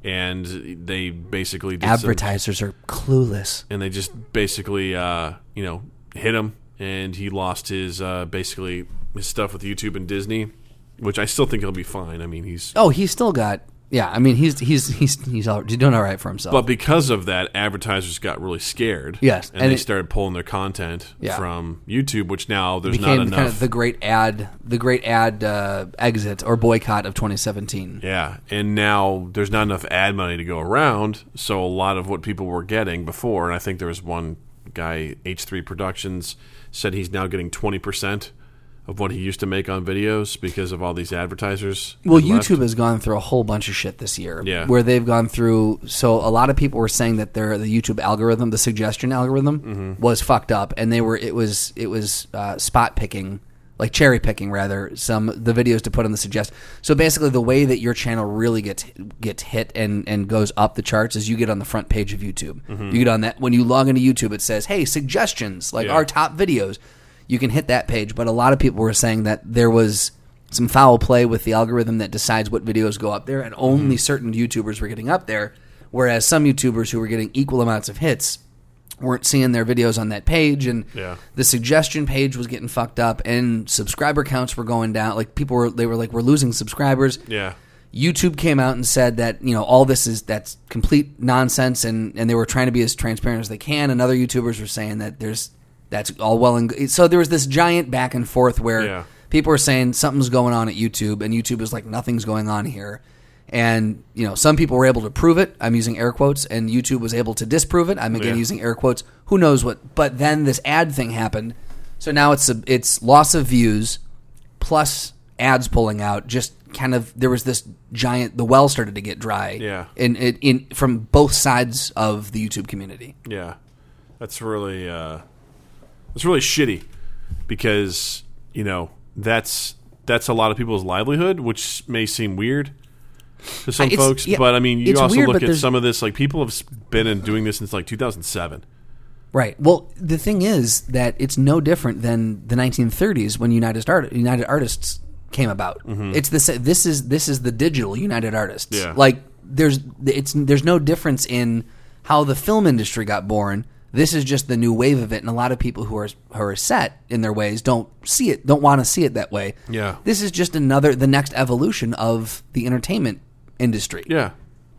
Speaker 2: And they basically did some-
Speaker 1: Advertisers are clueless.
Speaker 2: and they just basically uh, you know hit him and he lost his uh, basically his stuff with YouTube and Disney, which I still think he'll be fine. I mean he's
Speaker 1: Oh, he's still got yeah, I mean he's he's he's he's, all, he's doing all right for himself.
Speaker 2: But because of that, advertisers got really scared.
Speaker 1: Yes,
Speaker 2: and,
Speaker 1: and
Speaker 2: they
Speaker 1: it-
Speaker 2: started pulling their content
Speaker 1: Yeah.
Speaker 2: from YouTube, which now there's not
Speaker 1: became
Speaker 2: enough.
Speaker 1: kind of the great ad the great ad uh, exit or boycott of 2017.
Speaker 2: yeah, and now there's not enough ad money to go around. So a lot of what people were getting before, and I think there was one guy, H3 Productions, said he's now getting twenty percent of what he used to make on videos because of all these advertisers.
Speaker 1: Well,
Speaker 2: that left.
Speaker 1: YouTube has gone through a whole bunch of shit this year.
Speaker 2: Yeah.
Speaker 1: Where they've gone through. So a lot of people were saying that their the YouTube algorithm, the suggestion algorithm,
Speaker 2: Mm-hmm.
Speaker 1: was fucked up, and they were it was it was uh, spot picking, like cherry picking rather, some the videos to put on the suggest. So basically, the way that your channel really gets gets hit and and goes up the charts is you get on the front page of YouTube.
Speaker 2: Mm-hmm.
Speaker 1: You get on that when you log into YouTube, it says, "Hey, suggestions like
Speaker 2: Yeah.
Speaker 1: our top videos." You can hit that page, but a lot of people were saying that there was some foul play with the algorithm that decides what videos go up there, and only certain YouTubers were getting up there, whereas some YouTubers who were getting equal amounts of hits weren't seeing their videos on that page, and
Speaker 2: Yeah.
Speaker 1: the suggestion page was getting fucked up, and subscriber counts were going down. Like people were, they were like, "We're losing subscribers."
Speaker 2: Yeah,
Speaker 1: YouTube came out and said that you know all this is that's complete nonsense, and and they were trying to be as transparent as they can. And other YouTubers were saying that there's that's all well and good. so there was this giant back and forth where
Speaker 2: Yeah.
Speaker 1: people were saying something's going on at YouTube, and YouTube is like nothing's going on here. And you know, some people were able to prove it. I'm using air quotes, and YouTube was able to disprove it. I'm again
Speaker 2: Yeah.
Speaker 1: using air quotes. Who knows what? But then this ad thing happened, so now it's a, it's loss of views plus ads pulling out. Just kind of there was this giant. The well started to get dry.
Speaker 2: Yeah.
Speaker 1: in in, in from both sides of the YouTube community.
Speaker 2: Yeah, that's really uh, that's really shitty because you know that's that's a lot of people's livelihood, which may seem weird to some
Speaker 1: It's-
Speaker 2: folks.
Speaker 1: yeah,
Speaker 2: but I mean, you
Speaker 1: it's
Speaker 2: also
Speaker 1: weird,
Speaker 2: look
Speaker 1: but
Speaker 2: at
Speaker 1: there's-
Speaker 2: some of this. Like people have s- been in doing this since like 2007.
Speaker 1: Right. Well, the thing is that it's no different than the 1930s when United Art- United Artists came about. It's the sa- this is this is the digital United Artists.
Speaker 2: Mm-hmm. Yeah.
Speaker 1: Like there's it's there's no difference in how the film industry got born. This is just the new wave of it, and a lot of people who are who are set in their ways don't see it, don't want to see it that way.
Speaker 2: Yeah.
Speaker 1: This is just another the next evolution of the entertainment industry.
Speaker 2: Yeah,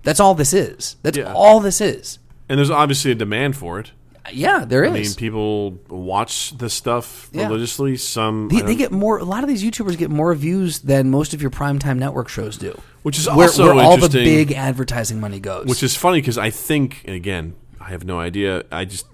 Speaker 1: That's all this is. That's
Speaker 2: Yeah.
Speaker 1: all this is.
Speaker 2: and there's obviously a demand for it.
Speaker 1: Yeah, there is.
Speaker 2: I mean, people watch this stuff
Speaker 1: Yeah.
Speaker 2: religiously. Some I
Speaker 1: They,
Speaker 2: don't-
Speaker 1: they get more. A lot of these YouTubers get more views than most of your primetime network shows do,
Speaker 2: Which is
Speaker 1: where,
Speaker 2: also
Speaker 1: where all the
Speaker 2: interesting.
Speaker 1: big advertising money goes.
Speaker 2: Which is funny because I think, and again, I have no idea. I just,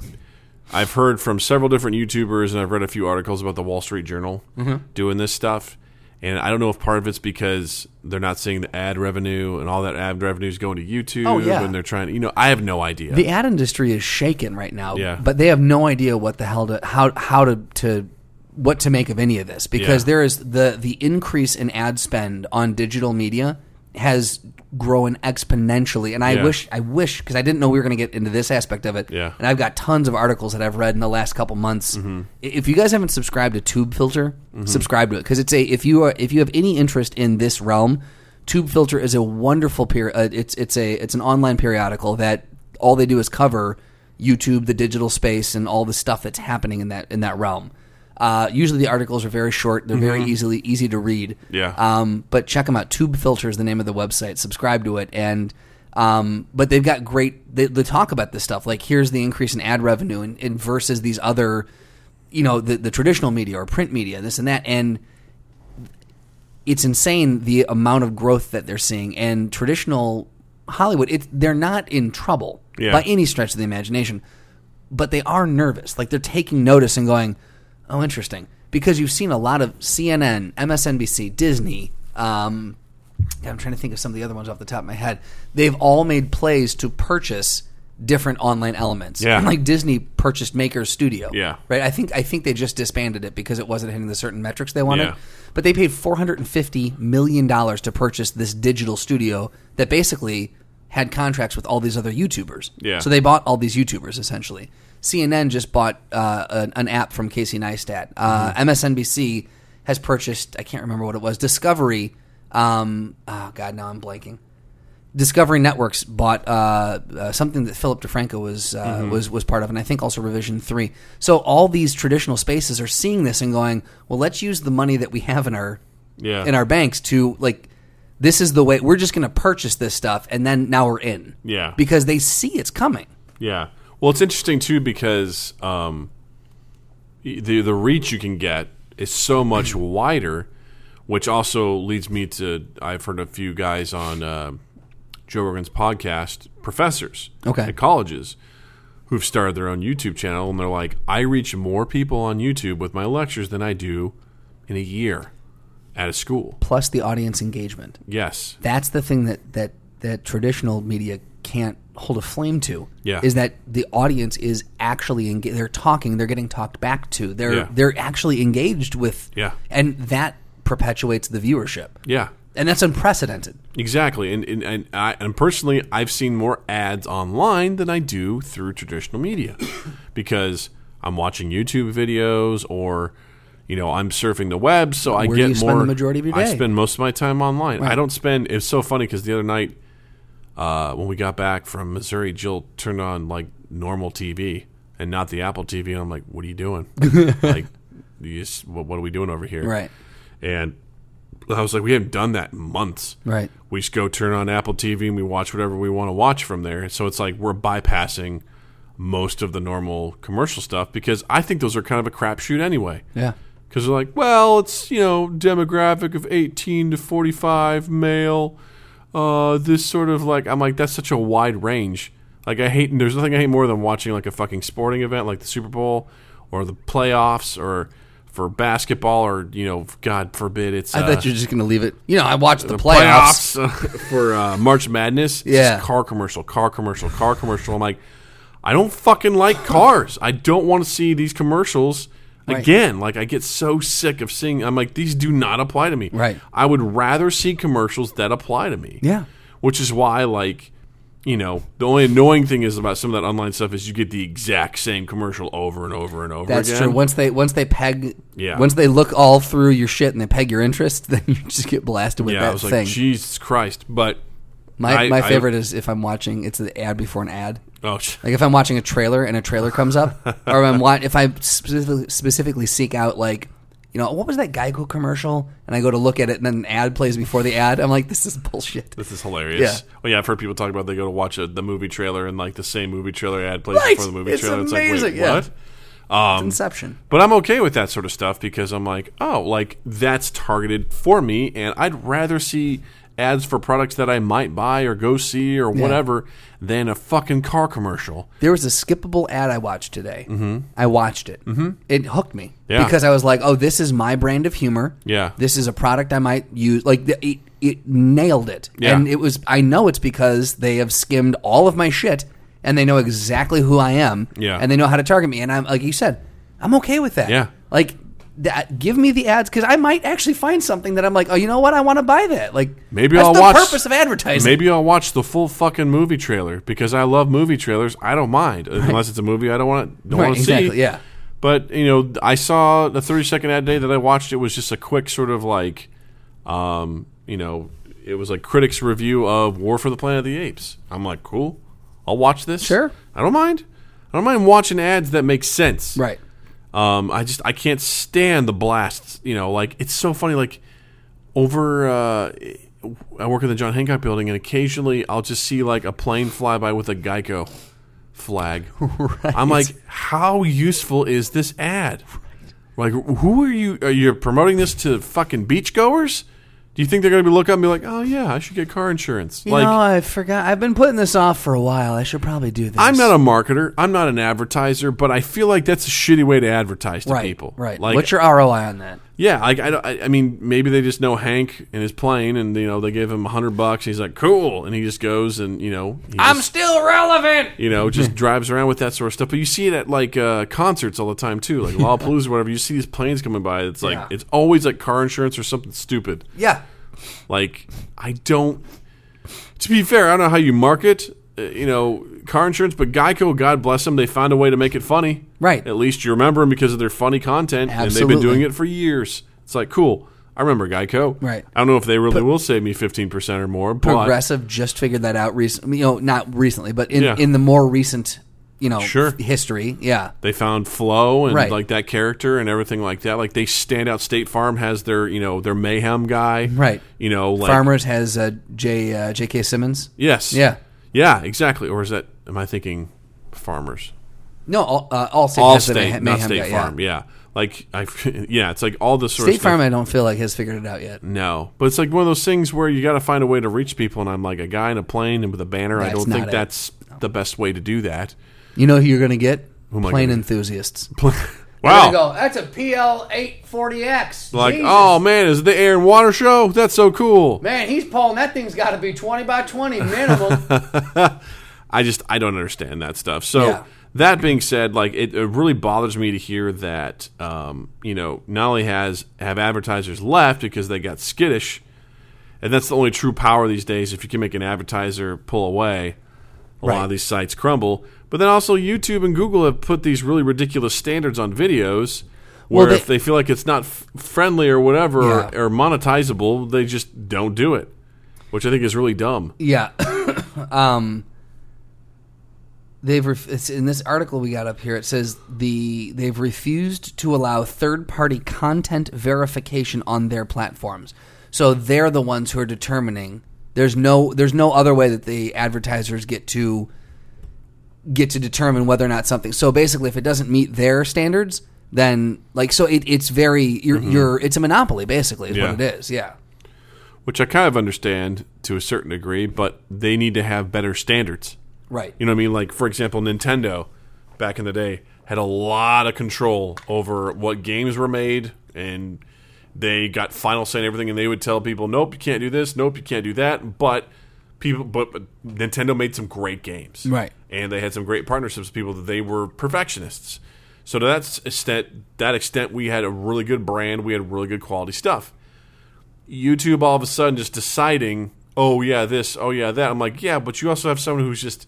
Speaker 2: I've heard from several different YouTubers and I've read a few articles about the Wall Street Journal
Speaker 1: Mm-hmm.
Speaker 2: doing this stuff. And I don't know if part of it's because they're not seeing the ad revenue and all that ad revenue is going to YouTube
Speaker 1: Oh, yeah.
Speaker 2: and they're trying to, you know, I have no idea.
Speaker 1: the ad industry is shaken right now.
Speaker 2: Yeah.
Speaker 1: but they have no idea what the hell to how how to to what to make of any of this because
Speaker 2: Yeah.
Speaker 1: there is the the increase in ad spend on digital media has grown exponentially and I
Speaker 2: Yeah.
Speaker 1: wish I wish because I didn't know we were going to get into this aspect of it
Speaker 2: Yeah.
Speaker 1: and I've got tons of articles that I've read in the last couple months. I- If you guys haven't subscribed to Tube Filter, subscribe to it because it's a if you are if you have any interest in this realm, Tube Filter is a wonderful peer. Uh, it's it's a it's an online periodical that all they do is cover YouTube, the digital space, and all the stuff that's happening in that in that realm. Uh, usually the articles are very short; they're very easily easy to read.
Speaker 2: Yeah.
Speaker 1: Um, but check them out. Tube Filter is the name of the website. Subscribe to it, and um, but they've got great. They, they talk about this stuff. Like here's the increase in ad revenue, and, and versus these other, you know, the the traditional media or print media, this and that, and it's insane the amount of growth that they're seeing. And traditional Hollywood, it, they're not in trouble
Speaker 2: Yeah.
Speaker 1: by any stretch of the imagination, but they are nervous. Like they're taking notice and going, "Oh, interesting," because you've seen a lot of CNN, MSNBC, Disney. Um, God, I'm trying to think of some of the other ones off the top of my head. They've all made plays to purchase different online elements.
Speaker 2: Yeah.
Speaker 1: Like Disney purchased Maker's Studio.
Speaker 2: Yeah.
Speaker 1: Right? I think I think they just disbanded it because it wasn't hitting the certain metrics they wanted.
Speaker 2: Yeah.
Speaker 1: But they paid 450 million dollars to purchase this digital studio that basically had contracts with all these other YouTubers.
Speaker 2: Yeah.
Speaker 1: So they bought all these YouTubers essentially. CNN just bought uh, an, an app from Casey Neistat. Uh, MSNBC has purchased I can't remember what it was. Discovery. Um, oh God, now I'm blanking. Discovery Networks bought uh, uh, something that Philip DeFranco was uh,
Speaker 2: Mm-hmm.
Speaker 1: was was part of, and I think also Revision Three. So all these traditional spaces are seeing this and going, "Well, let's use the money that we have in our
Speaker 2: Yeah.
Speaker 1: in our banks to like this is the way we're just going to purchase this stuff, and then now we're in,
Speaker 2: Yeah.
Speaker 1: because they see it's coming.
Speaker 2: Yeah. Well, it's interesting too because um, y- the the reach you can get is so much wider, which also leads me to I've heard a few guys on uh, Joe Rogan's podcast, professors
Speaker 1: Okay.
Speaker 2: at colleges, who've started their own YouTube channel, and they're like, I reach more people on YouTube with my lectures than I do in a year at a school.
Speaker 1: Plus the audience engagement.
Speaker 2: Yes.
Speaker 1: That's the thing that that that traditional media can't hold a flame to.
Speaker 2: Yeah.
Speaker 1: is that the audience is actually engaged. They're talking. They're getting talked back to. They're
Speaker 2: Yeah.
Speaker 1: they're actually engaged with.
Speaker 2: Yeah.
Speaker 1: and that perpetuates the viewership,
Speaker 2: Yeah.
Speaker 1: and that's unprecedented.
Speaker 2: Exactly, and and and, I, and personally, I've seen more ads online than I do through traditional media, because I'm watching YouTube videos or, you know, I'm surfing the web, so I
Speaker 1: Where do
Speaker 2: get
Speaker 1: you spend
Speaker 2: more.
Speaker 1: the majority of your
Speaker 2: I
Speaker 1: day?
Speaker 2: spend most of my time online. I don't spend. It's so funny because the other night, uh, when we got back from Missouri, Jill turned on like normal TV and not the Apple TV, and I'm like, "What are you doing? like, you just, what, what are we doing over here?"
Speaker 1: Right,
Speaker 2: And I was like, we haven't done that in months.
Speaker 1: Right.
Speaker 2: We just go turn on Apple TV and we watch whatever we want to watch from there. So it's like we're bypassing most of the normal commercial stuff because I think those are kind of a crapshoot anyway.
Speaker 1: yeah,
Speaker 2: Because they're like, well, it's, you know, demographic of 18 to 45 male. uh, this sort of like I'm like that's such a wide range. Like I hate there's nothing I hate more than watching like a fucking sporting event like the Super Bowl or the playoffs or for basketball or you know God forbid it's
Speaker 1: I
Speaker 2: uh,
Speaker 1: thought you were just going to leave it. You know, I watched the, playoffs.
Speaker 2: playoffs, for uh, March Madness. It's
Speaker 1: Yeah.
Speaker 2: just car commercial, car commercial, car commercial. I'm like, I don't fucking like cars. I don't want to see these commercials again. Like, I get so sick of seeing. I'm like, these do not apply to me.
Speaker 1: Right.
Speaker 2: I would rather see commercials that apply to me.
Speaker 1: Yeah.
Speaker 2: Which is why, like, you know, the only annoying thing is about some of that online stuff is you get the exact same commercial over and over and over
Speaker 1: That's
Speaker 2: again.
Speaker 1: true. Once they once they peg,
Speaker 2: Yeah.
Speaker 1: Once they look all through your shit and they peg your interest, then you just get blasted with
Speaker 2: Yeah,
Speaker 1: that
Speaker 2: I was
Speaker 1: thing.
Speaker 2: like, Jesus Christ. But
Speaker 1: my
Speaker 2: I-
Speaker 1: my
Speaker 2: I-
Speaker 1: favorite is if I'm watching, it's the ad before an ad.
Speaker 2: oh, sh-
Speaker 1: Like if I'm watching a trailer and a trailer comes up, or if I'm wa- if I specifically, specifically seek out like, you know, what was that Geico commercial? And I go to look at it, and then an ad plays before the ad. I'm like, this is bullshit.
Speaker 2: This is hilarious.
Speaker 1: Yeah.
Speaker 2: Oh yeah, I've heard people talk about they go to watch a, the movie trailer and like the same movie trailer ad plays
Speaker 1: Right!
Speaker 2: before the movie
Speaker 1: It's
Speaker 2: trailer. It's like,
Speaker 1: amazing,
Speaker 2: wait,
Speaker 1: yeah.
Speaker 2: what?
Speaker 1: Inception.
Speaker 2: But I'm okay with that sort of stuff because I'm like, oh, like that's targeted for me, and I'd rather see ads for products that I might buy or go see or whatever than a fucking car commercial.
Speaker 1: There was a skippable ad I watched today. Mm-hmm. I watched it. Mm-hmm. It hooked me
Speaker 2: Yeah.
Speaker 1: because I was like, "Oh, this is my brand of humor.
Speaker 2: Yeah.
Speaker 1: this is a product I might use." Like the, it, it nailed it,
Speaker 2: Yeah.
Speaker 1: and it was. I know it's because they have skimmed all of my shit, and they know exactly who I am.
Speaker 2: Yeah.
Speaker 1: and they know how to target me. And I'm like you said, I'm okay with that.
Speaker 2: Yeah.
Speaker 1: like that. Give me the ads because I might actually find something that I'm like, oh, you know what? I want to buy that. Like
Speaker 2: Maybe
Speaker 1: that's
Speaker 2: I'll
Speaker 1: the
Speaker 2: watch-
Speaker 1: purpose of advertising.
Speaker 2: Maybe I'll watch the full fucking movie trailer because I love movie trailers. I don't mind uh, unless it's a movie I don't want don't
Speaker 1: Right,
Speaker 2: want to
Speaker 1: exactly,
Speaker 2: see.
Speaker 1: yeah.
Speaker 2: But you know, I saw the thirty second ad day that I watched. It was just a quick sort of like, um, you know, it was like critics review of War for the Planet of the Apes. I'm like, cool. I'll watch this.
Speaker 1: Sure.
Speaker 2: I don't mind. I don't mind watching ads that make sense.
Speaker 1: right.
Speaker 2: Um, I just I can't stand the blasts. You know, like it's so funny. Like over, uh, I work in the John Hancock Building, and occasionally I'll just see like a plane fly by with a Geico flag. I'm like, how useful is this ad? Like, who are you? Are you promoting this to fucking beachgoers? Do you think they're going to be looking up and be like, oh yeah, I should get car insurance?
Speaker 1: You
Speaker 2: like,
Speaker 1: know, I forgot. I've been putting this off for a while. I should probably do this.
Speaker 2: I'm not a marketer. I'm not an advertiser, but I feel like that's a shitty way to advertise to
Speaker 1: right,
Speaker 2: people.
Speaker 1: Right.
Speaker 2: Like,
Speaker 1: What's your ROI on that?
Speaker 2: Yeah, like I, don't- I, I mean, maybe they just know Hank and his plane, and you know they give him a hundred bucks. And he's like, "Cool," and he just goes and you know, he just,
Speaker 1: still relevant.
Speaker 2: you know, just drives around with that sort of stuff. But you see it at like uh, concerts all the time too, like Lollapalooza or whatever. You see these planes coming by. It's like
Speaker 1: Yeah.
Speaker 2: it's always like car insurance or something stupid.
Speaker 1: Yeah.
Speaker 2: Like I don't. To be fair, I don't know how you market, uh, you know, car insurance, but Geico, God bless them, they found a way to make it funny.
Speaker 1: Right.
Speaker 2: At least you remember them because of their funny content, and they've
Speaker 1: Absolutely.
Speaker 2: been doing it for years. It's like cool. I remember Geico.
Speaker 1: Right.
Speaker 2: I don't know if they really will save me fifteen percent or more, but
Speaker 1: Progressive just figured that out recently. You know, not recently, but in,
Speaker 2: Yeah.
Speaker 1: in the more recent, you know,
Speaker 2: Sure.
Speaker 1: f- history. Yeah.
Speaker 2: they found Flo and
Speaker 1: Right.
Speaker 2: like that character and everything like that. Like they stand out. State Farm has their you know their mayhem guy.
Speaker 1: Right.
Speaker 2: You know, like
Speaker 1: Farmers has uh, J uh, J.K. Simmons.
Speaker 2: Yes.
Speaker 1: Yeah.
Speaker 2: Yeah. Exactly. Or is that? Am I thinking farmers?
Speaker 1: No, all, uh, Allstate
Speaker 2: all
Speaker 1: has the
Speaker 2: state,
Speaker 1: Mayhem-
Speaker 2: not
Speaker 1: Mayhem
Speaker 2: State
Speaker 1: guy,
Speaker 2: Farm.
Speaker 1: Yeah.
Speaker 2: Yeah, like I, yeah, it's like all the sort
Speaker 1: State
Speaker 2: of stuff.
Speaker 1: Farm, I don't feel like has figured it out yet.
Speaker 2: No, but it's like one of those things where you got to find a way to reach people, and I'm like a guy in a plane and with a banner. I
Speaker 1: That's
Speaker 2: don't
Speaker 1: not
Speaker 2: think
Speaker 1: it.
Speaker 2: that's the best way to do that.
Speaker 1: You know who you're going to get?
Speaker 2: am I
Speaker 1: Plane
Speaker 2: gonna-
Speaker 1: enthusiasts.
Speaker 2: wow,
Speaker 1: That's a PL840X.
Speaker 2: like oh man, is it the air and water show? That's so cool.
Speaker 1: Man, he's pulling that thing's got to be 20 by 20 minimum.
Speaker 2: I just I don't understand that stuff. So
Speaker 1: Yeah.
Speaker 2: that being said, like it, it really bothers me to hear that um, you know not only has have advertisers left because they got skittish, and that's the only true power these days. If you can make an advertiser pull away, a lot
Speaker 1: Right.
Speaker 2: of these sites crumble. But then also YouTube and Google have put these really ridiculous standards on videos. Where
Speaker 1: Well, they-
Speaker 2: if they feel like it's not f- friendly or whatever
Speaker 1: Yeah.
Speaker 2: or, or monetizable, they just don't do it, which I think is really dumb.
Speaker 1: Yeah. um, they've ref- it's in this article we got up here. It says the they've refused to allow third party content verification on their platforms. So they're the ones who are determining. There's no there's no other way that the advertisers get to get to determine whether or not something. So basically, if it doesn't meet their standards, then like so it, it's very you're, you're it's a monopoly basically is
Speaker 2: Mm-hmm. Yeah.
Speaker 1: what it is. Yeah.
Speaker 2: which I kind of understand to a certain degree, but they need to have better standards.
Speaker 1: Right.
Speaker 2: You know what I mean? Like, for example, Nintendo back in the day had a lot of control over what games were made, and they got final say in everything, and they would tell people, nope, you can't do this, nope, you can't do that. But people, but, but Nintendo made some great games.
Speaker 1: Right.
Speaker 2: And they had some great partnerships with people that they were perfectionists. So to that extent, that extent, we had a really good brand. We had really good quality stuff. YouTube all of a sudden just deciding, oh yeah, this, oh yeah, that. I'm like, yeah, but you also have someone who's just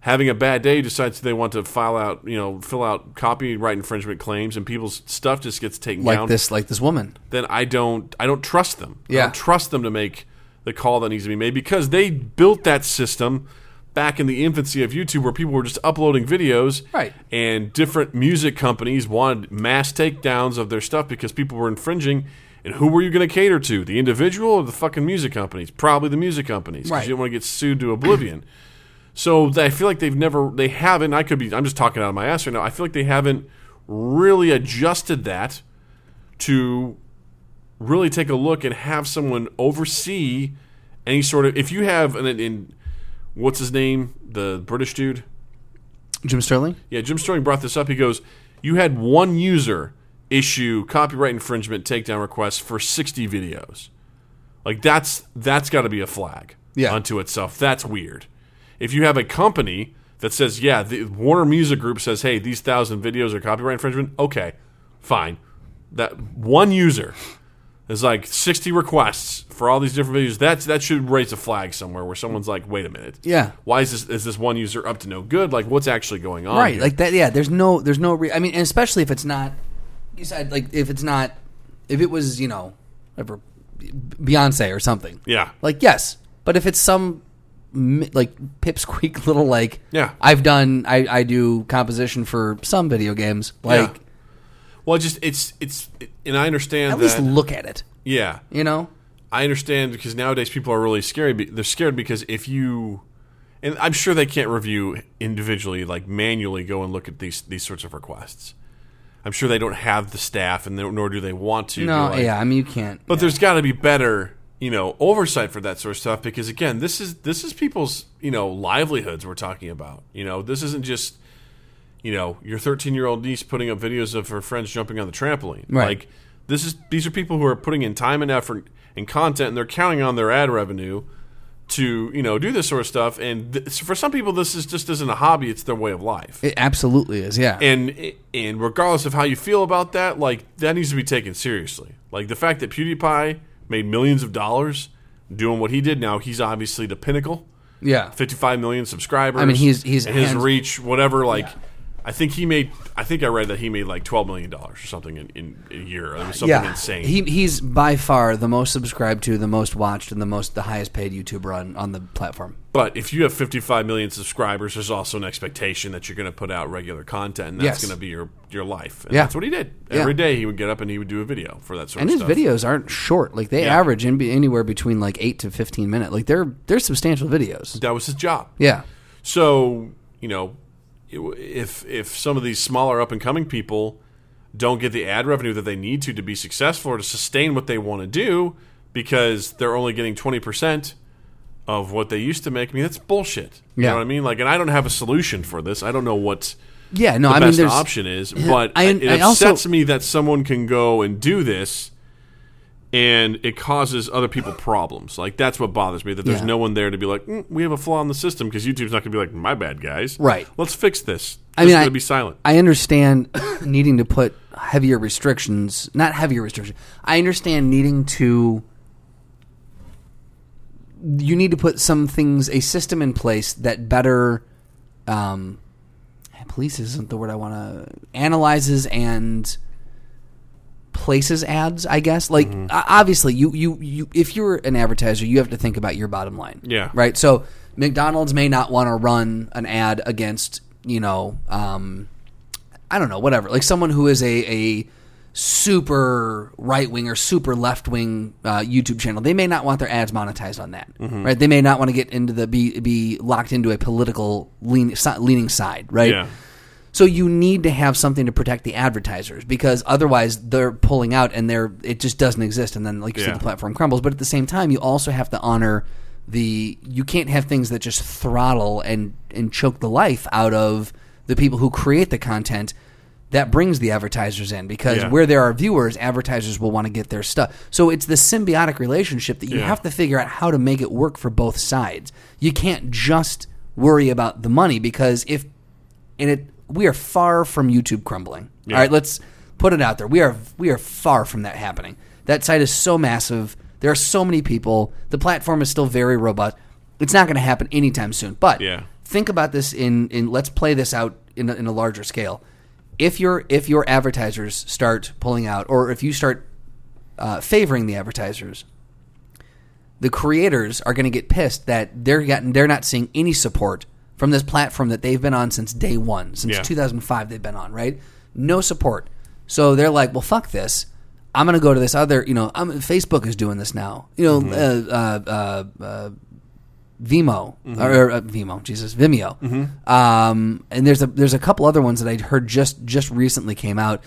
Speaker 2: having a bad day, decides they want to file out, you know, fill out copyright infringement claims, and people's stuff just gets taken
Speaker 1: like
Speaker 2: down.
Speaker 1: this, like this woman.
Speaker 2: Then I don't, I don't trust them. I
Speaker 1: Yeah.
Speaker 2: don't trust them to make the call that needs to be made because they built that system back in the infancy of YouTube, where people were just uploading videos,
Speaker 1: Right.
Speaker 2: And different music companies wanted mass takedowns of their stuff because people were infringing. And who were you going to cater to? The individual or the fucking music companies? Probably the music companies because
Speaker 1: Right.
Speaker 2: you didn't want to get sued to oblivion. so th- I feel like they've never, they haven't. I could be, I'm just talking out of my ass right now. I feel like they haven't really adjusted that to really take a look and have someone oversee any sort of. If you have an, in what's his name, the British dude,
Speaker 1: Jim Sterling?
Speaker 2: yeah, Jim Sterling brought this up. He goes, "You had one user issue copyright infringement takedown requests for 60 videos. Like that's that's got to be a flag
Speaker 1: Yeah.
Speaker 2: unto itself. That's weird. If you have a company that says, "Yeah, the Warner Music Group says, "Hey, these 1000 videos are copyright infringement." Okay. Fine. That one user is like 60 requests for all these different videos. That's that should raise a flag somewhere where someone's like, "Wait a minute."
Speaker 1: Yeah.
Speaker 2: Why is this is this one user up to no good? Like what's actually going on?
Speaker 1: Right.
Speaker 2: here?
Speaker 1: Like that yeah, there's no there's no re- I mean, and especially if it's not you said like if it's not if it was, you know, whatever Beyonce or something.
Speaker 2: Yeah.
Speaker 1: Like yes, but if it's some mi- like pipsqueak little like
Speaker 2: Yeah.
Speaker 1: I've done I I do composition for some video games like
Speaker 2: Well, it just it's it's and I understand
Speaker 1: at
Speaker 2: that.
Speaker 1: least look at it,
Speaker 2: yeah,
Speaker 1: you know?
Speaker 2: I understand because nowadays people are really scary. be- They're scared because if you and I'm sure they can't review individually, like manually, go and look at these these sorts of requests. I'm sure they don't have the staff, and they, nor do they want to.
Speaker 1: No,
Speaker 2: They're like,
Speaker 1: yeah, I mean you can't.
Speaker 2: But there's got to be better, you know, oversight for that sort of stuff because again, this is this is people's, you know, livelihoods we're talking about. You know, this isn't just you know, your 13-year-old niece putting up videos of her friends jumping on the trampoline.
Speaker 1: Right.
Speaker 2: Like this is these are people who are putting in time and effort and content and they're counting on their ad revenue to, you know, do this sort of stuff and th- for some people this is just isn't a hobby, it's their way of life
Speaker 1: it absolutely is, yeah.
Speaker 2: and and regardless of how you feel about that, like that needs to be taken seriously. Like the fact that PewDiePie made millions of dollars doing what he did. Now he's obviously the pinnacle,
Speaker 1: yeah.
Speaker 2: fifty-five million subscribers.
Speaker 1: I mean, he's- he's
Speaker 2: and his
Speaker 1: hands-
Speaker 2: reach, whatever. Like, I think he made. I think I read that he made like twelve million dollars or something in, in a year. It was something insane.
Speaker 1: He he's by far the most subscribed to, the most watched, and the most the highest paid YouTuber on, on the platform.
Speaker 2: But if you have 55 million subscribers, there's also an expectation that you're going to put out regular content, and that's
Speaker 1: Yes.
Speaker 2: going to be your, your life. And
Speaker 1: Yeah.
Speaker 2: that's what he did.
Speaker 1: Yeah.
Speaker 2: Every day he would get up and he would do a video for that sort
Speaker 1: And
Speaker 2: of
Speaker 1: his
Speaker 2: stuff.
Speaker 1: videos aren't short; like they
Speaker 2: Yeah.
Speaker 1: average in, anywhere between like eight to fifteen minutes. Like they're they're substantial videos.
Speaker 2: That was his job.
Speaker 1: Yeah,
Speaker 2: So you know, if if some of these smaller up and coming people don't get the ad revenue that they need to to be successful or to sustain what they want to do because they're only getting twenty percent of what they used to make, I mean that's bullshit. You
Speaker 1: Yeah.
Speaker 2: know what I mean? Like, and I don't have a solution for this. I don't know what
Speaker 1: yeah. No, I mean,
Speaker 2: best
Speaker 1: there's
Speaker 2: option is, but
Speaker 1: I-
Speaker 2: it
Speaker 1: I also-
Speaker 2: upsets me that someone can go and do this. And it causes other people problems. Like that's what bothers me. That there's
Speaker 1: Yeah.
Speaker 2: no one there to be like, "Mm, we have a flaw in the system because YouTube's not going to be like, my bad, guys.
Speaker 1: Right.
Speaker 2: Let's fix this.
Speaker 1: I
Speaker 2: Just
Speaker 1: mean,
Speaker 2: going
Speaker 1: I-
Speaker 2: to be silent.
Speaker 1: I understand needing to put heavier restrictions, not heavier restrictions. I understand needing to. You need to put some things, a system in place that better, um, police isn't the word I want to analyzes and places ads. I guess like o- obviously you you you if you're an advertiser, you have to think about your bottom line.
Speaker 2: Yeah.
Speaker 1: right. So McDonald's may not want to run an ad against you know. Um, I don't know, whatever. Like someone who is a, a super right wing or super left wing uh, YouTube channel, they may not want their ads monetized on that,
Speaker 2: Mm-hmm.
Speaker 1: right? They may not want to get into the be be locked into a political lean, si- leaning side, right?
Speaker 2: yeah.
Speaker 1: So you need to have something to protect the advertisers because otherwise they're pulling out and they're it just doesn't exist and then like you
Speaker 2: Yeah.
Speaker 1: said the platform crumbles. But at the same time you also have to honor the you can't have things that just throttle and and choke the life out of the people who create the content that brings the advertisers in because
Speaker 2: Yeah.
Speaker 1: where there are viewers advertisers will want to get their stuff so it's this symbiotic relationship that you
Speaker 2: Yeah.
Speaker 1: have to figure out how to make it work for both sides you can't just worry about the money because if and it we are far from YouTube crumbling. All right, let's put it out there. We are we are far from that happening. That site is so massive. There are so many people. The platform is still very robust. It's not going to happen anytime soon. But
Speaker 2: Yeah.
Speaker 1: think about this in in let's play this out in a, in a larger scale. If your if your advertisers start pulling out, or if you start uh, favoring the advertisers, the creators are going to get pissed that they're gotten, they're not seeing any support from this platform that they've been on since day one, since
Speaker 2: Yeah.
Speaker 1: 2005 they've been on, right? No support. So they're like, well, fuck this. I'm going to go to this other, you know, I'm, Facebook is doing this now. You know, uh, uh, uh, uh, Vimeo or uh, Vimeo, Jesus, Vimeo. Um, and there's a there's a couple other ones that I heard just just recently came out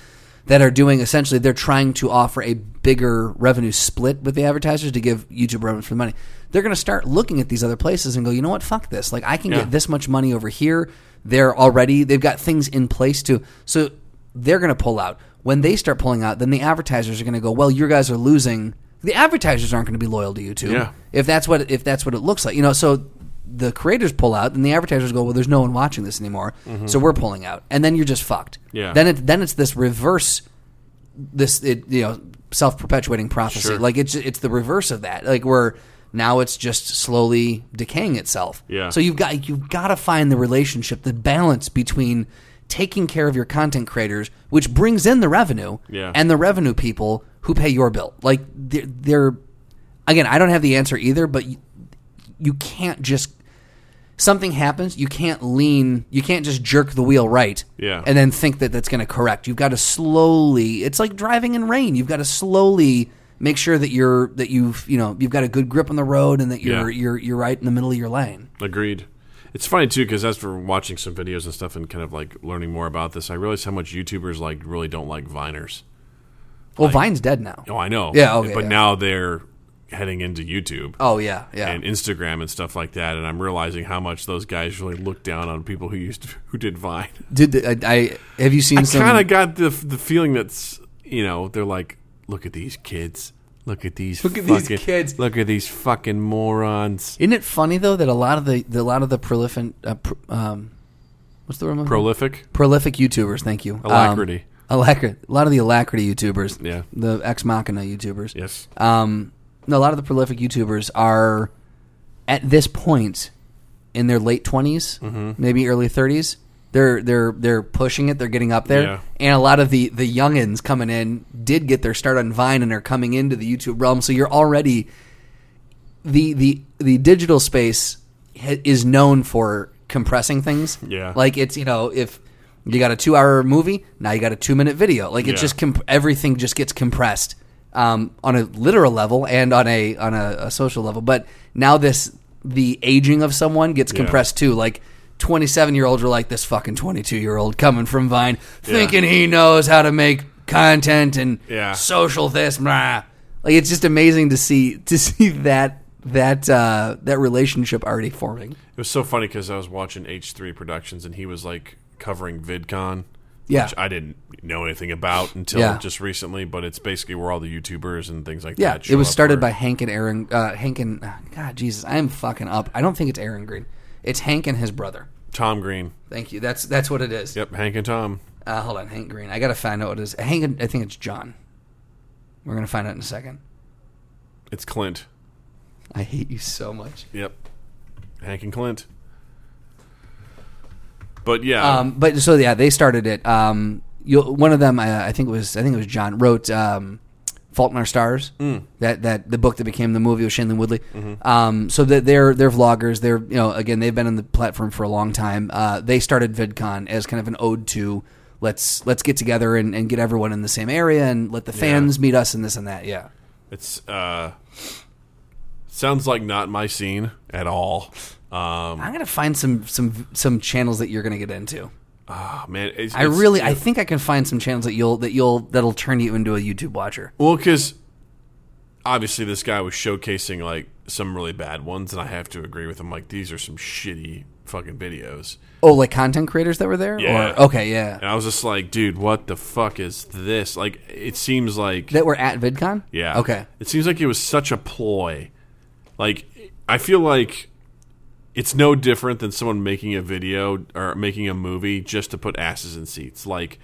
Speaker 1: that are doing essentially they're trying to offer a bigger revenue split with the advertisers to give YouTube revenue for the money. They're going to start looking at these other places and go, you know what, fuck this. Like I can
Speaker 2: Yeah.
Speaker 1: get this much money over here. They're already they've got things in place to so they're going to pull out. When they start pulling out, then the advertisers are going to go, well, you guys are losing. The advertisers aren't going to be loyal to YouTube
Speaker 2: Yeah.
Speaker 1: if that's what if that's what it looks like you know so the creators pull out and the advertisers go well there's no one watching this anymore so we're pulling out and then you're just fucked
Speaker 2: Mm-hmm. Yeah.
Speaker 1: then it then it's this reverse this it you know self-perpetuating prophecy
Speaker 2: Sure.
Speaker 1: like it's it's the reverse of that like we're now it's just slowly decaying itself
Speaker 2: Yeah.
Speaker 1: so you've got you've got to find the relationship the balance between taking care of your content creators which brings in the revenue
Speaker 2: Yeah.
Speaker 1: and the revenue people who pay your bill like they're, they're again i don't have the answer either but you, you can't just something happens you can't lean you can't just jerk the wheel right
Speaker 2: Yeah.
Speaker 1: and then think that that's going to correct you've got to slowly it's like driving in rain you've got to slowly make sure that you're that you've you know you've got a good grip on the road and that you're
Speaker 2: Yeah.
Speaker 1: you're you're right in the middle of your lane
Speaker 2: Agreed. It's funny too because as for watching some videos and stuff and kind of like learning more about this, I realized how much YouTubers like really don't like Viners.
Speaker 1: well vine's dead now
Speaker 2: Oh, I know.
Speaker 1: Yeah, okay,
Speaker 2: but
Speaker 1: yeah.
Speaker 2: now they're heading into YouTube
Speaker 1: oh yeah yeah
Speaker 2: and Instagram and stuff like that, and I'm realizing how much those guys really look down on people who used to, who did Vine.
Speaker 1: did the, I, I have you seen some
Speaker 2: Kind of got the the feeling that's you know they're like, look at these kids, look at these,
Speaker 1: Look at
Speaker 2: fucking,
Speaker 1: these kids."
Speaker 2: look at these fucking morons.
Speaker 1: Isn't it funny though that a lot of the, the a lot of the prolific uh, pr- um, what's the word? I'm-
Speaker 2: Prolific.
Speaker 1: prolific YouTubers, thank you. Um,
Speaker 2: Alacrity.
Speaker 1: alacrity. A lot of the alacrity YouTubers.
Speaker 2: Yeah.
Speaker 1: The ex machina YouTubers.
Speaker 2: Yes.
Speaker 1: Um, no, a lot of the prolific YouTubers are at this point in their late 20s
Speaker 2: Mm-hmm.
Speaker 1: maybe early thirties. They're they're they're pushing it. They're getting up there,
Speaker 2: Yeah.
Speaker 1: and a lot of the the youngins coming in did get their start on Vine and are coming into the YouTube realm. So you're already the the the digital space ha- is known for compressing things.
Speaker 2: Yeah.
Speaker 1: like it's you know if you got a two hour movie, now you got a two minute video. Like it's
Speaker 2: Yeah.
Speaker 1: just comp- everything just gets compressed um, on a literal level and on a on a, a social level. But now this the aging of someone gets compressed too. Like. 27 year olds are like this fucking 22 year old coming from Vine thinking he knows how to make content and
Speaker 2: Yeah.
Speaker 1: social this blah. like it's just amazing to see to see that that uh that relationship already forming
Speaker 2: It was so funny because I was watching H3 Productions and he was like covering VidCon,
Speaker 1: Yeah.
Speaker 2: which I didn't know anything about until
Speaker 1: Yeah.
Speaker 2: just recently. But it's basically where all the YouTubers and things like
Speaker 1: yeah
Speaker 2: that.
Speaker 1: it was
Speaker 2: show up
Speaker 1: started
Speaker 2: for-
Speaker 1: by hank and aaron uh hank and ah, god jesus i am fucking up i don't think it's aaron green it's hank and his brother
Speaker 2: Tom Green.
Speaker 1: thank you that's that's what it is
Speaker 2: Yep, Hank and Tom.
Speaker 1: uh hold on hank green i gotta find out what it is hank and- i think it's john we're gonna find out in a second
Speaker 2: It's Clint.
Speaker 1: i hate you so much
Speaker 2: Yep, Hank and Clint. But yeah,
Speaker 1: Um, but so yeah, they started it. Um, you, one of them, uh, I, I think it was, I think it was John wrote um, "Fault in Our Stars," that that the book that became the movie with Shanley Woodley. Um, so that they're they're vloggers. They're you know again they've been on the platform for a long time. Uh, they started VidCon as kind of an ode to let's let's get together and, and get everyone in the same area and let the fans meet us and this and that. Yeah,
Speaker 2: it's uh, sounds like not my scene at all. Um,
Speaker 1: I'm gonna find some some some channels that you're gonna get into.
Speaker 2: Oh, man, it's,
Speaker 1: I
Speaker 2: it's-
Speaker 1: really, I think I can find some channels that you'll that you'll that'll turn you into a YouTube watcher.
Speaker 2: Well, because obviously this guy was showcasing like some really bad ones, and I have to agree with him. Like these are some shitty fucking videos,
Speaker 1: Oh, like content creators that were there.
Speaker 2: Yeah.
Speaker 1: Or, okay. Yeah.
Speaker 2: and I was just like, dude, what the fuck is this? Like, it seems like
Speaker 1: That were at VidCon.
Speaker 2: yeah,
Speaker 1: Okay.
Speaker 2: It seems like it was such a ploy. Like, I feel like it's no different than someone making a video or making a movie just to put asses in seats. Like,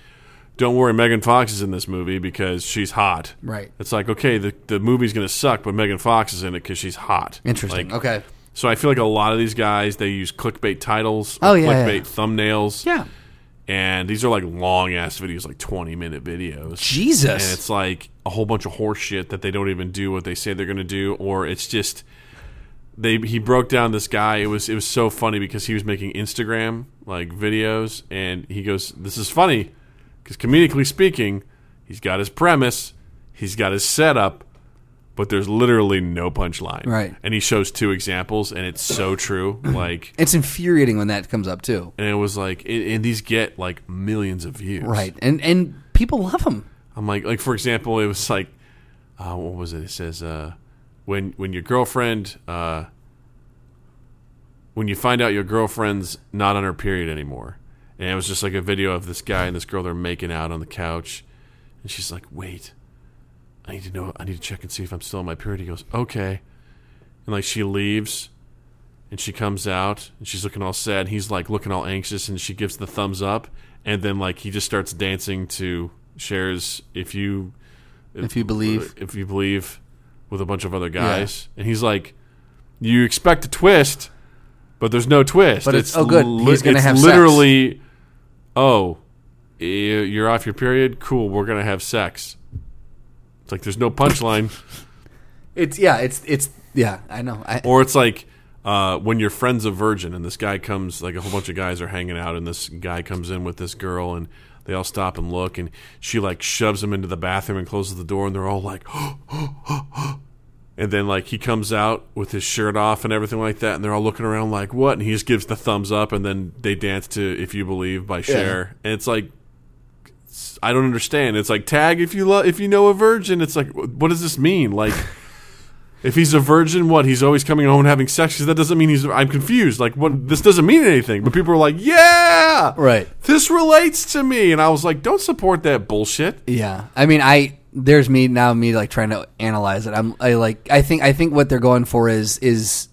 Speaker 2: don't worry, Megan Fox is in this movie because she's hot.
Speaker 1: Right.
Speaker 2: It's like okay, the the movie's gonna suck, but Megan Fox is in it because she's hot.
Speaker 1: Interesting.
Speaker 2: Like,
Speaker 1: okay.
Speaker 2: So I feel like a lot of these guys they use clickbait titles,
Speaker 1: Oh,
Speaker 2: or
Speaker 1: yeah, yeah,
Speaker 2: clickbait
Speaker 1: yeah.
Speaker 2: thumbnails,
Speaker 1: Yeah.
Speaker 2: and these are like long ass videos, like twenty minute videos.
Speaker 1: Jesus.
Speaker 2: And it's like a whole bunch of horse shit that they don't even do what they say they're going to do, or it's just they. He broke down this guy. It was it was so funny because he was making Instagram like videos, and he goes, "This is funny because comedically speaking, he's got his premise, he's got his setup." But there's literally no punchline,
Speaker 1: Right.
Speaker 2: And he shows two examples, and it's so true. Like,
Speaker 1: It's infuriating when that comes up too.
Speaker 2: and it was like, and and these get like millions of views,
Speaker 1: Right. And and people love them.
Speaker 2: I'm like, like for example, it was like, uh, what was it? It says, uh, when when your girlfriend, uh, when you find out your girlfriend's not on her period anymore, and it was just like a video of this guy and this girl they're making out on the couch, and she's like, wait, I need to know, I need to check and see if I'm still on my period. He goes, okay, and like she leaves. And she comes out and she's looking all sad. And he's like looking all anxious and she gives the thumbs up. And then, like, he just starts dancing to Cher's If You
Speaker 1: If you believe.
Speaker 2: if you believe, with a bunch of other guys. And he's like, you expect a twist, but there's no twist.
Speaker 1: But it's- oh, good. He's gonna
Speaker 2: it's
Speaker 1: have sex.
Speaker 2: literally, oh, y- you're off your period. Cool, we're gonna have sex. It's like there's no punchline,
Speaker 1: It's yeah. It's it's yeah. I know. I,
Speaker 2: or it's like. Uh, when your friend's a virgin and this guy comes, like a whole bunch of guys are hanging out, and this guy comes in with this girl, and they all stop and look, and she like shoves him into the bathroom and closes the door, and they're all like, And then like he comes out with his shirt off and everything like that, and they're all looking around like what? And he just gives the thumbs up, and then they dance to "If You Believe" by Cher, and it's like it's- I don't understand. It's like tag if you love if you know a virgin. It's like wh- what does this mean? Like if he's a virgin, what he's always coming home and having sex? Because that doesn't mean he's. I'm confused. Like what? This doesn't mean anything. But people are like, yeah,
Speaker 1: Right.
Speaker 2: This relates to me, and I was like, don't support that bullshit.
Speaker 1: Yeah, I mean, I there's me now. Me like trying to analyze it. I'm I like I think I think what they're going for is is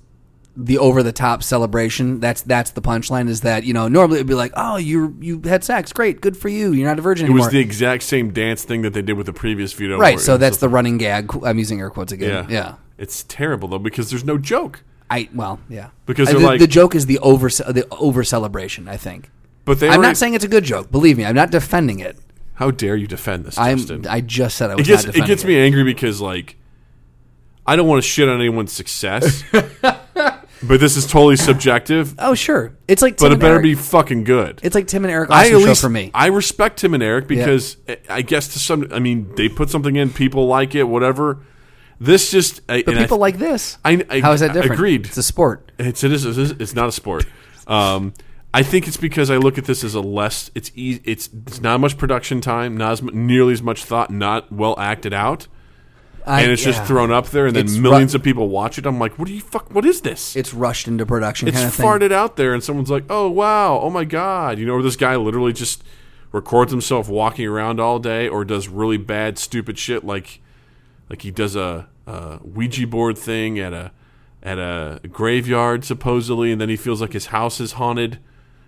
Speaker 1: the over the top celebration. That's that's the punchline. Is that you know normally it'd be like, oh, you you had sex, great, good for you. You're not a virgin
Speaker 2: It was
Speaker 1: anymore.
Speaker 2: the exact same dance thing that they did with the previous video.
Speaker 1: right.
Speaker 2: where
Speaker 1: So
Speaker 2: it's
Speaker 1: that's the running gag. Qu- I'm using air quotes again.
Speaker 2: Yeah.
Speaker 1: Yeah.
Speaker 2: It's terrible though because there's no joke.
Speaker 1: I well yeah
Speaker 2: Because
Speaker 1: I-
Speaker 2: they're
Speaker 1: the,
Speaker 2: like-
Speaker 1: the joke is the over the over celebration. I think.
Speaker 2: But they
Speaker 1: I'm
Speaker 2: already-
Speaker 1: not saying it's a good joke. Believe me, I'm not defending it.
Speaker 2: how dare you defend this,
Speaker 1: I'm.
Speaker 2: Justin?
Speaker 1: I just said I
Speaker 2: it
Speaker 1: was
Speaker 2: gets
Speaker 1: not
Speaker 2: it
Speaker 1: defending
Speaker 2: gets me angry because like I don't want to shit on anyone's success, but this is totally subjective.
Speaker 1: Oh sure, it's like Tim
Speaker 2: But it
Speaker 1: and
Speaker 2: better
Speaker 1: Eric.
Speaker 2: be fucking good.
Speaker 1: It's like Tim and Eric
Speaker 2: I
Speaker 1: Austin
Speaker 2: at
Speaker 1: show
Speaker 2: least
Speaker 1: for me.
Speaker 2: I respect Tim and Eric because I- I guess to some I mean they put something in, people like it, whatever. This just I,
Speaker 1: But people like this.
Speaker 2: I- I-
Speaker 1: How is that different?
Speaker 2: agreed.
Speaker 1: It's a sport.
Speaker 2: It's it is it's it's not a sport. Um, I think it's because I look at this as a less. It's easy. It's it's not much production time, not as mu- nearly as much thought, not well acted out,
Speaker 1: I-
Speaker 2: and it's
Speaker 1: yeah.
Speaker 2: just thrown up there, and then
Speaker 1: It's
Speaker 2: millions
Speaker 1: ru-
Speaker 2: of people watch it. I'm like, what do you fuck? What is this?
Speaker 1: It's rushed into production.
Speaker 2: It's
Speaker 1: kind of
Speaker 2: farted
Speaker 1: Thing.
Speaker 2: out there, and someone's like, oh wow, oh my god, you know, or this guy literally just records himself walking around all day, or does really bad, stupid shit like like he does a, a Ouija board thing at a at a graveyard supposedly, and then he feels like his house is haunted.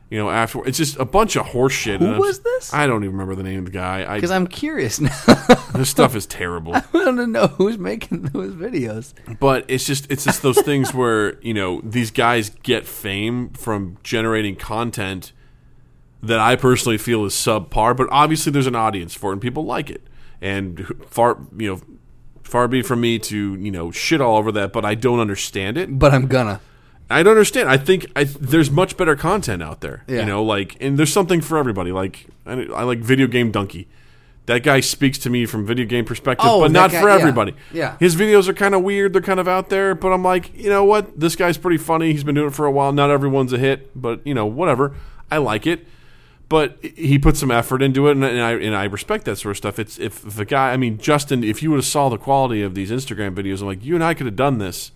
Speaker 2: You know, after it's just a bunch of horse shit. Who
Speaker 1: was this?
Speaker 2: I don't even remember the name of the guy.
Speaker 1: Because
Speaker 2: I,
Speaker 1: I'm curious now. I
Speaker 2: this stuff is terrible.
Speaker 1: want to know who's making those videos.
Speaker 2: But it's just it's just those things where you know these guys get fame from generating content that I personally feel is subpar. But obviously, there's an audience for it, and people like it. And far you know far be it from me to you know shit all over that, but I don't understand it.
Speaker 1: But I'm gonna.
Speaker 2: I don't understand. I think I, there's much better content out there.
Speaker 1: Yeah.
Speaker 2: You know, like, and there's something for everybody. Like, I, I like video game donkey. That guy speaks to me from video game perspective,
Speaker 1: Oh,
Speaker 2: but
Speaker 1: that
Speaker 2: not
Speaker 1: guy-
Speaker 2: for
Speaker 1: yeah.
Speaker 2: everybody.
Speaker 1: Yeah.
Speaker 2: his videos are kind of weird. They're kind of out there, but I'm like, you know what? This guy's pretty funny. He's been doing it for a while. Not everyone's a hit, but you know, whatever. I like it. but he put some effort into it, and, and I and I respect that sort of stuff. It's if, if a guy, I mean, Justin, if you would have saw the quality of these Instagram videos, I'm like, you and I could have done this.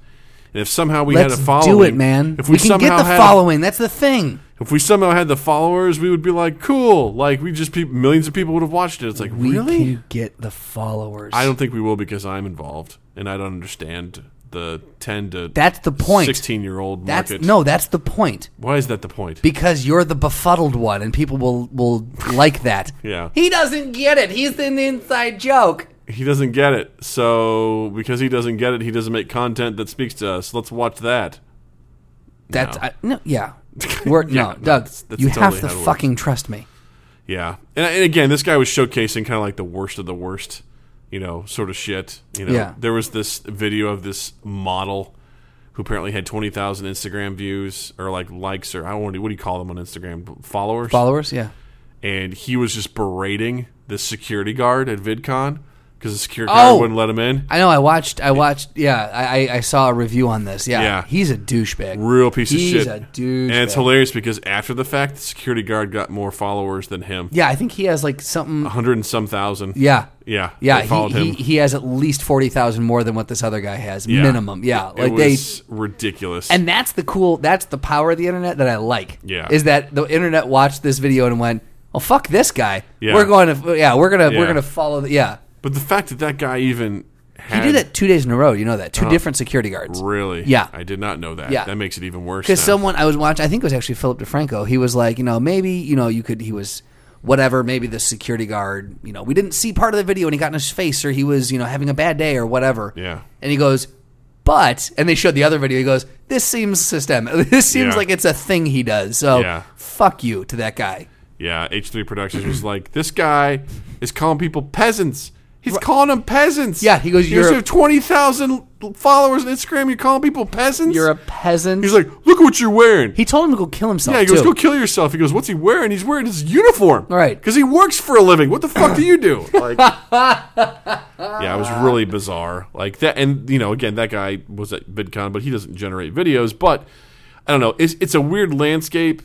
Speaker 2: And if somehow we
Speaker 1: Let's
Speaker 2: had a following,
Speaker 1: do it, man.
Speaker 2: If
Speaker 1: we,
Speaker 2: we,
Speaker 1: can
Speaker 2: somehow
Speaker 1: get the
Speaker 2: had,
Speaker 1: following. That's the thing.
Speaker 2: if we somehow had the followers, we would be like, cool. Like we just pe- millions of people would have watched it. It's like
Speaker 1: We
Speaker 2: really,
Speaker 1: can get the followers.
Speaker 2: I don't think we will because I'm involved and I don't understand the 10 to
Speaker 1: That's the point.
Speaker 2: 16 year old
Speaker 1: That's
Speaker 2: market.
Speaker 1: no. That's the point.
Speaker 2: Why is that the point?
Speaker 1: because you're the befuddled one, and people will will like that.
Speaker 2: Yeah.
Speaker 1: he doesn't get it. He's an inside joke.
Speaker 2: he doesn't get it. So because he doesn't get it, he doesn't make content that speaks to us. Let's watch that.
Speaker 1: That's
Speaker 2: No.
Speaker 1: I, no, yeah. We're,
Speaker 2: Yeah,
Speaker 1: no,
Speaker 2: no,
Speaker 1: Doug,
Speaker 2: that's- that's
Speaker 1: you
Speaker 2: totally
Speaker 1: have to
Speaker 2: how it works.
Speaker 1: fucking trust me.
Speaker 2: Yeah. And, and again, this guy was showcasing kind of like the worst of the worst, you know, sort of shit. You know,
Speaker 1: Yeah.
Speaker 2: there was this video of this model who apparently had 20,000 Instagram views or like likes or I don't want to, what do you call them on Instagram? Followers?
Speaker 1: Followers, yeah.
Speaker 2: and he was just berating the security guard at VidCon because the security
Speaker 1: Oh!
Speaker 2: guard wouldn't let him in.
Speaker 1: I know. I watched. I watched. Yeah, I, I, I saw a review on this. Yeah,
Speaker 2: Yeah.
Speaker 1: he's a douchebag.
Speaker 2: Real piece
Speaker 1: He's
Speaker 2: of shit.
Speaker 1: a douchebag.
Speaker 2: And it's hilarious because after the fact, the security guard got more followers than him.
Speaker 1: Yeah, I think he has like something.
Speaker 2: A hundred and some thousand.
Speaker 1: Yeah,
Speaker 2: Yeah.
Speaker 1: yeah.
Speaker 2: Oh. They followed
Speaker 1: He, he,
Speaker 2: him.
Speaker 1: he has at least forty thousand more than what this other guy has,
Speaker 2: Yeah.
Speaker 1: minimum. Yeah,
Speaker 2: It
Speaker 1: like they
Speaker 2: was ridiculous.
Speaker 1: And that's the cool. That's the power of the internet that I like.
Speaker 2: Yeah.
Speaker 1: is that the internet watched this video and went, "Oh fuck this guy.
Speaker 2: Yeah.
Speaker 1: We're going to yeah, we're gonna
Speaker 2: Yeah.
Speaker 1: we're gonna follow. The, yeah,
Speaker 2: but the fact that that guy even
Speaker 1: he
Speaker 2: had
Speaker 1: did that two days in a row. You know that two
Speaker 2: Uh-huh.
Speaker 1: different security guards.
Speaker 2: really.
Speaker 1: Yeah.
Speaker 2: I did not know that.
Speaker 1: Yeah.
Speaker 2: That makes it even worse.
Speaker 1: Because
Speaker 2: now.
Speaker 1: someone I was watching, I think it was actually Philip DeFranco. He was like, you know, maybe you know you could. He was whatever. Maybe the security guard. You know, we didn't see part of the video and he got in his face or he was you know having a bad day or whatever.
Speaker 2: Yeah.
Speaker 1: and he goes. But and they showed the other video. He goes, "This seems systemic. This seems
Speaker 2: Yeah.
Speaker 1: like it's a thing he does." So
Speaker 2: Yeah.
Speaker 1: fuck you to that guy.
Speaker 2: Yeah, H3 Productions was like, this guy is calling people peasants. He's calling them peasants.
Speaker 1: Yeah, he goes,
Speaker 2: You guys
Speaker 1: "You're a-
Speaker 2: have 20,000 followers on Instagram. You're calling people peasants?
Speaker 1: You're a peasant.
Speaker 2: He's like, look what you're wearing.
Speaker 1: he told him to go kill himself.
Speaker 2: yeah, he goes,
Speaker 1: too.
Speaker 2: go kill yourself. He goes, what's he wearing? He's wearing his uniform.
Speaker 1: Right.
Speaker 2: Because he works for a living. What the fuck do you do? Like, yeah, it was really bizarre. Like that. And, you know, again, that guy was at VidCon, but he doesn't generate videos. But I don't know. It's, it's a weird landscape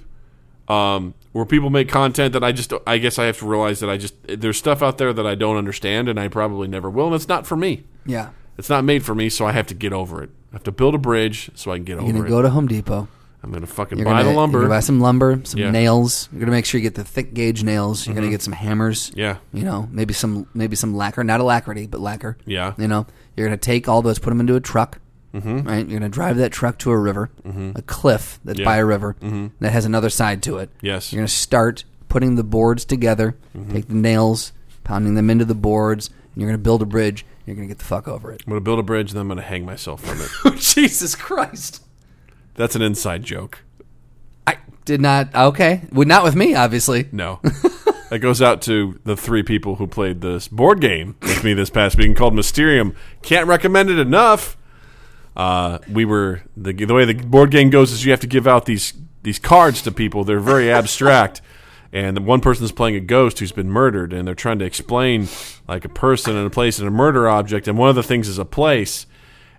Speaker 2: um, where people make content that I just, I guess I have to realize that I just, there's stuff out there that I don't understand and I probably never will. And it's not for me.
Speaker 1: Yeah,
Speaker 2: It's not made for me, so I have to get over it. I have to build a bridge so I can get
Speaker 1: you're
Speaker 2: over
Speaker 1: gonna
Speaker 2: it.
Speaker 1: go to Home Depot.
Speaker 2: I'm gonna fucking
Speaker 1: You're
Speaker 2: buy
Speaker 1: gonna,
Speaker 2: the lumber.
Speaker 1: You're gonna buy some lumber, some
Speaker 2: Yeah. Mm-hmm.
Speaker 1: nails. You're gonna make sure you get the thick gauge nails. You're gonna get some hammers.
Speaker 2: yeah,
Speaker 1: You know, maybe some maybe some lacquer, not alacrity, but lacquer.
Speaker 2: Yeah.
Speaker 1: You know, you're gonna take all those, put them into a truck. Mm-hmm. Right. You're gonna drive that truck to a river,
Speaker 2: Mm-hmm.
Speaker 1: a cliff that's by a river that has another side to it.
Speaker 2: Yes. Mm-hmm.
Speaker 1: You're gonna start putting the boards together. Take the nails, pounding them into the boards. And you're gonna build a bridge. and You're gonna get the fuck over it.
Speaker 2: I'm gonna build a bridge, and then I'm gonna hang myself from it.
Speaker 1: Jesus Christ.
Speaker 2: That's an inside joke.
Speaker 1: I did not. Okay, well, not with me, obviously.
Speaker 2: No, that goes out to the three people who played this board game with me this past week called Mysterium. Can't recommend it enough. Uh, we were the the way the board game goes is you have to give out these these cards to people. They're very abstract. And the one person's playing a ghost who's been murdered, and they're trying to explain like a person and a place and a murder object. And one of the things is a place.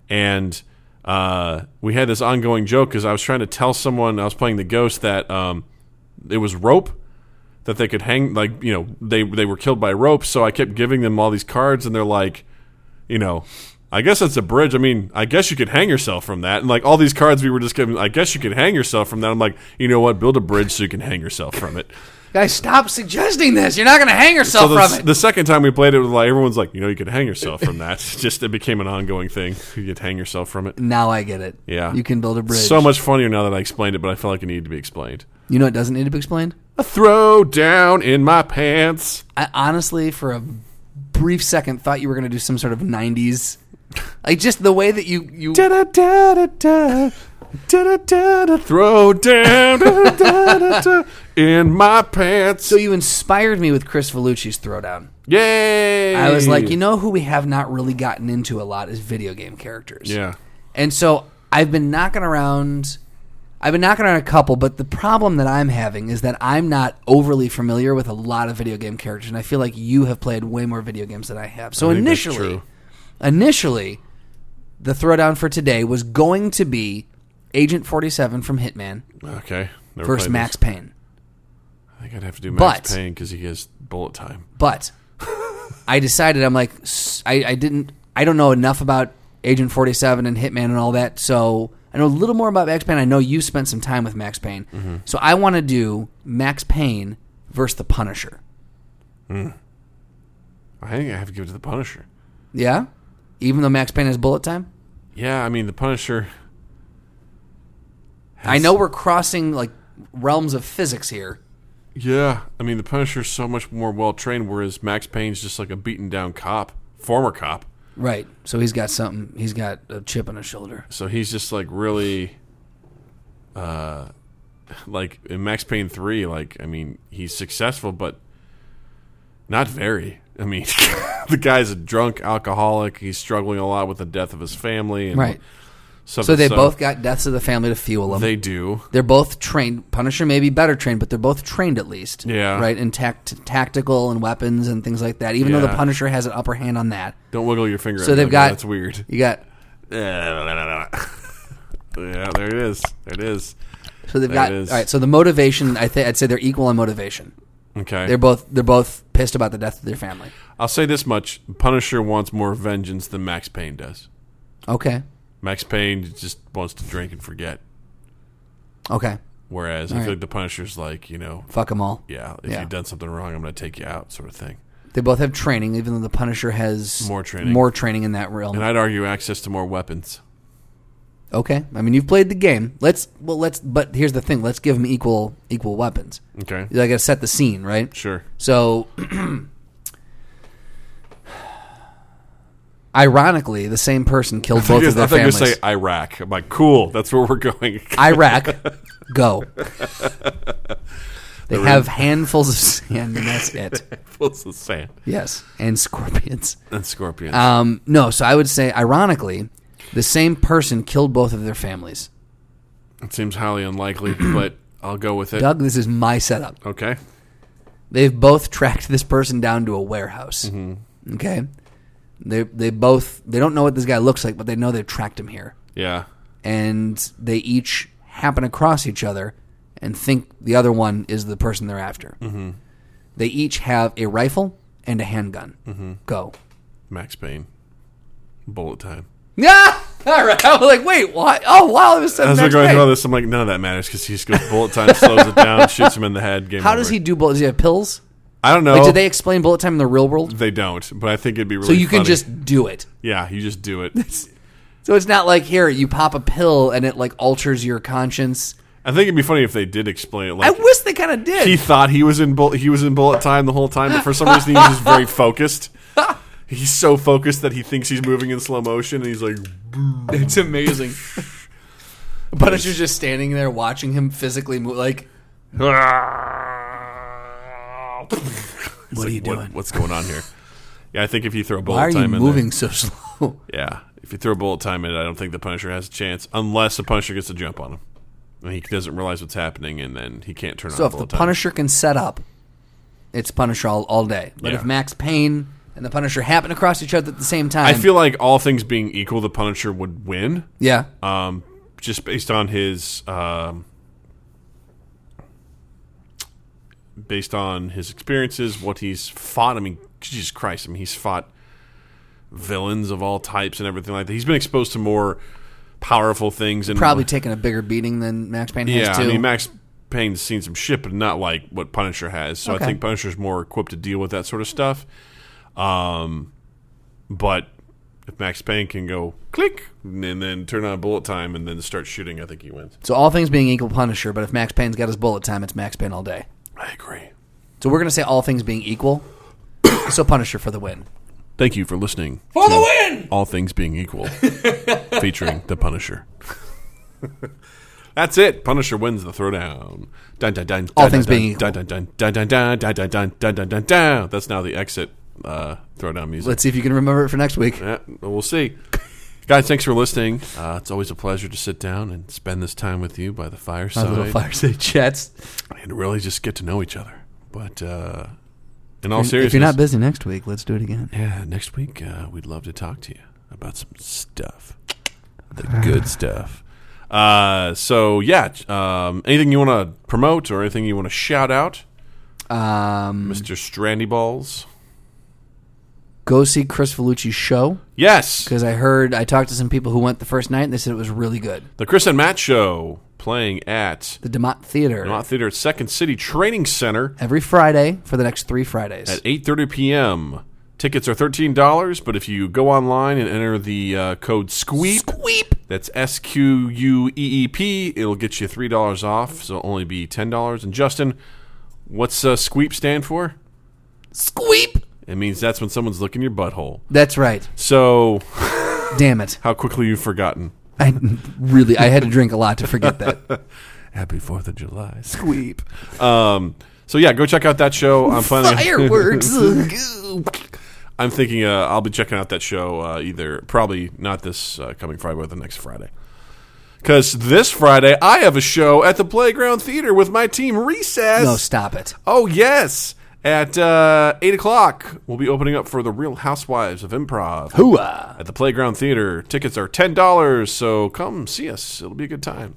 Speaker 2: and uh, we had this ongoing joke because I was trying to tell someone I was playing the ghost that um, it was rope that they could hang like you know they they were killed by rope so I kept giving them all these cards and they're like you know I guess that's a bridge I mean I guess you could hang yourself from that and like all these cards we were just giving I guess you could hang yourself from that I'm like you know what build a bridge so you can hang yourself from it
Speaker 1: Guys, stop suggesting this. You're not going to hang yourself
Speaker 2: so the,
Speaker 1: Oh, from it.
Speaker 2: the second time we played it, it was like everyone's like you know you could hang yourself from that just it became an ongoing thing you could hang yourself from it
Speaker 1: now I get it.
Speaker 2: Yeah.
Speaker 1: you can build a bridge.
Speaker 2: So much funnier now that I explained it, but I felt like it needed to be explained.
Speaker 1: You know, it doesn't need to be explained.
Speaker 2: A throw down in my pants.
Speaker 1: I honestly, for a brief second, thought you were going to do some sort of '90s, like just the way that you you.
Speaker 2: Da da da da da. Da da da da. Throw down da, da, da, da, da, in my pants.
Speaker 1: So you inspired me with Chris Vellucci's throwdown.
Speaker 2: Yay!
Speaker 1: I was like, you know who we have not really gotten into a lot is video game characters.
Speaker 2: Yeah.
Speaker 1: And so I've been knocking around. I've been knocking around a couple, but the problem that I'm having is that I'm not overly familiar with a lot of video game characters, and I feel like you have played way more video games than I have. So
Speaker 2: think that's
Speaker 1: initially,
Speaker 2: true.
Speaker 1: initially, the throwdown for today was going to be Agent 47 from Hitman
Speaker 2: Okay. Never
Speaker 1: versus
Speaker 2: played
Speaker 1: Max
Speaker 2: this.
Speaker 1: Payne.
Speaker 2: I think I'd have to do Max
Speaker 1: But-
Speaker 2: Payne because he has bullet time.
Speaker 1: But I decided I'm like s- I, I didn't I don't know enough about Agent 47 and Hitman and all that, so I know a little more about Max Payne. I know you spent some time with Max Payne, so I want to do Max Payne versus the Punisher.
Speaker 2: I think I have to give it to the Punisher.
Speaker 1: Yeah, even though Max Payne has bullet time,
Speaker 2: Yeah, I mean the Punisher.
Speaker 1: I know we're crossing like realms of physics here.
Speaker 2: Yeah, I mean the Punisher's so much more well trained, whereas Max Payne's just like a beaten down cop, former cop.
Speaker 1: Right, so he's got something. He's got a chip on his shoulder.
Speaker 2: So he's just like really, uh, like in Max Payne three. Like I mean, he's successful, but not very. I mean, the guy's a drunk alcoholic. He's struggling a lot with the death of his family. And
Speaker 1: Right,
Speaker 2: stuff
Speaker 1: so
Speaker 2: and
Speaker 1: they
Speaker 2: stuff.
Speaker 1: both got deaths of the family to fuel them.
Speaker 2: they do.
Speaker 1: They're both trained. Punisher may be better trained, but they're both trained at least.
Speaker 2: Yeah.
Speaker 1: Right? In tact- tactical and weapons and things like that, even though the
Speaker 2: Yeah.
Speaker 1: Punisher has an upper hand on that.
Speaker 2: Don't wiggle your finger.
Speaker 1: So
Speaker 2: at me
Speaker 1: they've
Speaker 2: like
Speaker 1: got.
Speaker 2: that. that's weird.
Speaker 1: You got.
Speaker 2: yeah, there it is. There it is.
Speaker 1: So they've
Speaker 2: There
Speaker 1: got.
Speaker 2: it is.
Speaker 1: All right. So the motivation, I th- I'd say they're equal on motivation.
Speaker 2: Okay.
Speaker 1: They're both they're both pissed about the death of their family.
Speaker 2: I'll say this much: Punisher wants more vengeance than Max Payne does.
Speaker 1: Okay.
Speaker 2: Max Payne just wants to drink and forget,
Speaker 1: Okay.
Speaker 2: whereas I feel like the Punisher's like, you know,
Speaker 1: Fuck them all.
Speaker 2: yeah, if
Speaker 1: Yeah.
Speaker 2: you've done something wrong, I'm going to take you out, sort of thing.
Speaker 1: They both have training, even though the Punisher has
Speaker 2: More training.
Speaker 1: more training in that realm.
Speaker 2: And I'd argue access to more weapons.
Speaker 1: okay. I mean, you've played the game. Let's well, let's. But here's the thing. Let's give them equal equal weapons.
Speaker 2: Okay,
Speaker 1: You got to set the scene, right?
Speaker 2: sure.
Speaker 1: So, ironically, the same person killed both
Speaker 2: I
Speaker 1: of their
Speaker 2: thought you were
Speaker 1: families.
Speaker 2: say Iraq. I'm like, cool. That's where we're going.
Speaker 1: Iraq, go. They have handfuls of sand, and that's it.
Speaker 2: What's the sand
Speaker 1: Yes, and scorpions.
Speaker 2: and scorpions?
Speaker 1: Um, no, so I would say, ironically, the same person killed both of their families.
Speaker 2: it seems highly unlikely, but I'll go with it.
Speaker 1: Doug, this is my setup.
Speaker 2: Okay.
Speaker 1: They've both tracked this person down to a warehouse.
Speaker 2: Mm-hmm.
Speaker 1: Okay, they they both they don't know what this guy looks like, but they know they've tracked him here.
Speaker 2: Yeah.
Speaker 1: and they each happen across each other and think the other one is the person they're after. Mm-hmm. They each have a rifle and a handgun. Mm-hmm. Go.
Speaker 2: Max Payne. Bullet time.
Speaker 1: Yeah. All right. I was like, wait, what? Oh wow, it was
Speaker 2: As we're
Speaker 1: next
Speaker 2: going
Speaker 1: day.
Speaker 2: through all this, I'm like, none of that matters because he just goes bullet time, slows it down, shoots him in the head. Game
Speaker 1: How
Speaker 2: over.
Speaker 1: does he do bullets? Does he have pills?
Speaker 2: I don't know.
Speaker 1: Like, did they explain bullet time in the real world?
Speaker 2: They don't, but I think it'd be really.
Speaker 1: So you can
Speaker 2: funny.
Speaker 1: just do it.
Speaker 2: yeah, you just do it.
Speaker 1: So it's not like here you pop a pill and it like alters your conscience.
Speaker 2: I think it'd be funny if they did explain it.
Speaker 1: I
Speaker 2: Like
Speaker 1: wish they kind of did.
Speaker 2: he thought he was in bullet, he was in bullet time the whole time, but for some reason he was just very focused. He's so focused that he thinks he's moving in slow motion, and he's like,
Speaker 1: It's amazing. Punisher's just standing there watching him physically move. Like,
Speaker 2: What
Speaker 1: are you doing?
Speaker 2: What's going on here? Yeah, I think if you throw bullet
Speaker 1: why are you
Speaker 2: time in there-
Speaker 1: moving so slow?
Speaker 2: Yeah, if you throw bullet time in it, I don't think the Punisher has a chance unless the Punisher gets a jump on him, and he doesn't realize what's happening, and then he can't turn
Speaker 1: So
Speaker 2: on
Speaker 1: if
Speaker 2: bullet
Speaker 1: the
Speaker 2: time.
Speaker 1: Punisher can set up, it's Punisher all, all day. But
Speaker 2: Yeah.
Speaker 1: if Max Payne and the Punisher happen across each other at the same time,
Speaker 2: I feel like all things being equal, the Punisher would win,
Speaker 1: yeah,
Speaker 2: um, just based on his, um, based on his experiences, what he's fought. I mean, Jesus Christ! I mean, he's fought villains of all types and everything like that. He's been exposed to more powerful things and
Speaker 1: probably taking a bigger beating than Max Payne
Speaker 2: Yeah,
Speaker 1: has too.
Speaker 2: I mean Max Payne's seen some shit, but not like what Punisher has. So
Speaker 1: Okay.
Speaker 2: I think Punisher's more equipped to deal with that sort of stuff. Um, but if Max Payne can go click and then turn on bullet time and then start shooting, I think he wins.
Speaker 1: so all things being equal, Punisher. But if Max Payne's got his bullet time, it's Max Payne all day.
Speaker 2: I agree.
Speaker 1: So we're gonna say all things being equal. so Punisher for the win.
Speaker 2: Thank you for listening. For the win! All things being equal, featuring the Punisher. That's it. Punisher wins the throwdown. Dun dun dun.
Speaker 1: All
Speaker 2: dun,
Speaker 1: things
Speaker 2: dun,
Speaker 1: being equal.
Speaker 2: dun, dun dun dun dun dun dun dun dun dun dun dun dun. That's now the exit uh, throwdown music.
Speaker 1: Let's see if you can remember it for next week.
Speaker 2: Yeah, we'll see. Guys, thanks for listening. Uh, it's always a pleasure to sit down and spend this time with you by the
Speaker 1: Our
Speaker 2: fireside
Speaker 1: little fireside chats.
Speaker 2: and really just get to know each other. But uh, in all seriousness,
Speaker 1: if you're not busy next week, let's do it again.
Speaker 2: yeah, next week uh, we'd love to talk to you about some stuff, the good stuff. Uh, so yeah, um, anything you want to promote or anything you want to shout out?
Speaker 1: Um,
Speaker 2: Mr. Strandy Balls.
Speaker 1: go see Chris Vellucci's show
Speaker 2: Yes,
Speaker 1: because I heard I talked to some people who went the first night and they said it was really good.
Speaker 2: the Chris and Matt Show playing at
Speaker 1: The Demont Theater
Speaker 2: Vermont Theater at Second City Training Center
Speaker 1: every Friday for the next three Fridays.
Speaker 2: at 8:30 p.m. Tickets are thirteen dollars, but if you go online and enter the uh, code SQUEEP,
Speaker 1: Squeep.
Speaker 2: that's S Q U E E P, it'll get you three dollars off, so it'll only be ten dollars. And Justin, what's uh, SQUEEP stand for?
Speaker 1: Squeep.
Speaker 2: It means that's when someone's looking your butthole.
Speaker 1: That's right.
Speaker 2: So
Speaker 1: Damn it.
Speaker 2: how quickly you've forgotten.
Speaker 1: I really I had to drink a lot to forget that.
Speaker 2: Happy Fourth of July.
Speaker 1: Squeep.
Speaker 2: Um, so yeah, go check out that show. I'm planning.
Speaker 1: Fireworks.
Speaker 2: I'm thinking uh, I'll be checking out that show uh, either probably not this uh, coming Friday, but the next Friday. Because this Friday I have a show at the Playground Theater with my team Recess.
Speaker 1: no, stop it.
Speaker 2: oh yes, at uh, eight o'clock we'll be opening up for the Real Housewives of Improv
Speaker 1: Hooah.
Speaker 2: at the Playground Theater. Tickets are ten dollars, so come see us. It'll be a good time.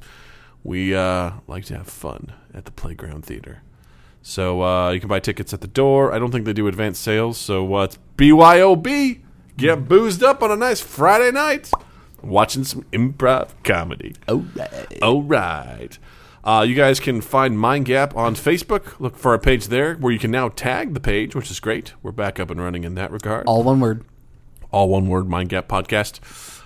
Speaker 2: We uh, like to have fun at the Playground Theater. So uh, you can buy tickets at the door. I don't think they do advanced sales, so uh, it's BYOB. Get boozed up on a nice Friday night, watching some improv comedy.
Speaker 1: All right.
Speaker 2: All right. Uh, you guys can find Mind Gap on Facebook. Look for our page there, where you can now tag the page, which is great. We're back up and running in that regard
Speaker 1: All one word.
Speaker 2: all one word, Mind Gap Podcast.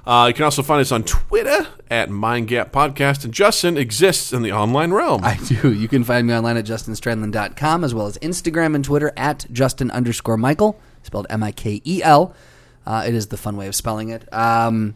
Speaker 2: Uh, you can also find us on Twitter at Mind Gap Podcast, and Justin exists in the online realm.
Speaker 1: I do. You can find me online at justinstradlin.com as well as Instagram and Twitter at justin underscore michael, spelled M I K E L. Uh, it is the fun way of spelling it. Um,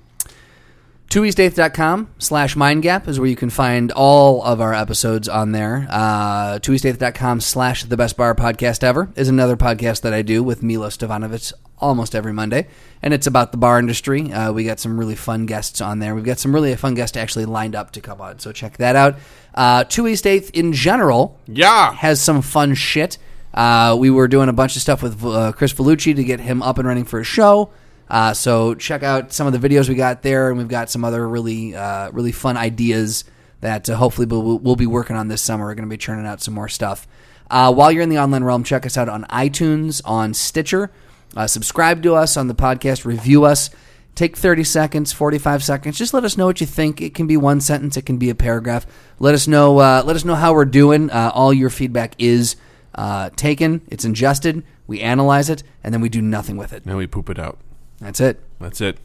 Speaker 1: TwoEastEighth.com slash mindgap is where you can find all of our episodes on there. Uh, TwoEastEighth.com slash the best bar podcast ever is another podcast that I do with Milo Stevanovic almost every Monday. And it's about the bar industry. Uh, we got some really fun guests on there. We've got some really fun guests actually lined up to come on. So check that out. Uh, Two East Eighth in general
Speaker 2: yeah.
Speaker 1: has some fun shit. Uh, we were doing a bunch of stuff with uh, Chris Vellucci to get him up and running for a show. Uh, so check out some of the videos we got there, and we've got some other really, uh, really fun ideas that uh, hopefully we'll, we'll be working on this summer. We're going to be churning out some more stuff. Uh, while you're in the online realm, check us out on iTunes, on Stitcher. Uh, subscribe to us on the podcast. Review us. Take 30 seconds, 45 seconds. Just let us know what you think. It can be one sentence, it can be a paragraph. Let us know. Uh, let us know how we're doing. Uh, all your feedback is uh, taken. It's ingested. We analyze it, and then we do nothing with it.
Speaker 2: Now we poop it out.
Speaker 1: That's it.
Speaker 2: That's it.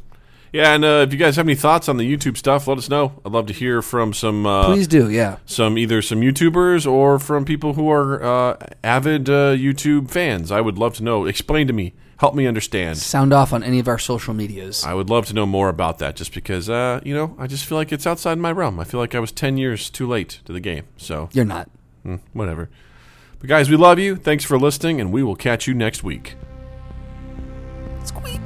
Speaker 2: Yeah, and uh, if you guys have any thoughts on the YouTube stuff, let us know. I'd love to hear from some uh,
Speaker 1: Please do. Yeah.
Speaker 2: some either some YouTubers or from people who are uh, avid uh, YouTube fans. I would love to know. Explain to me. Help me understand.
Speaker 1: Sound off on any of our social medias.
Speaker 2: I would love to know more about that, just because uh, you know I just feel like it's outside my realm. I feel like I was ten years too late to the game. So
Speaker 1: You're not.
Speaker 2: Mm, whatever. But guys, we love you. Thanks for listening, and we will catch you next week.
Speaker 1: Squeak.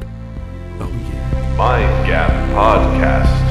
Speaker 2: Oh yeah.
Speaker 3: Mind Gap Podcast.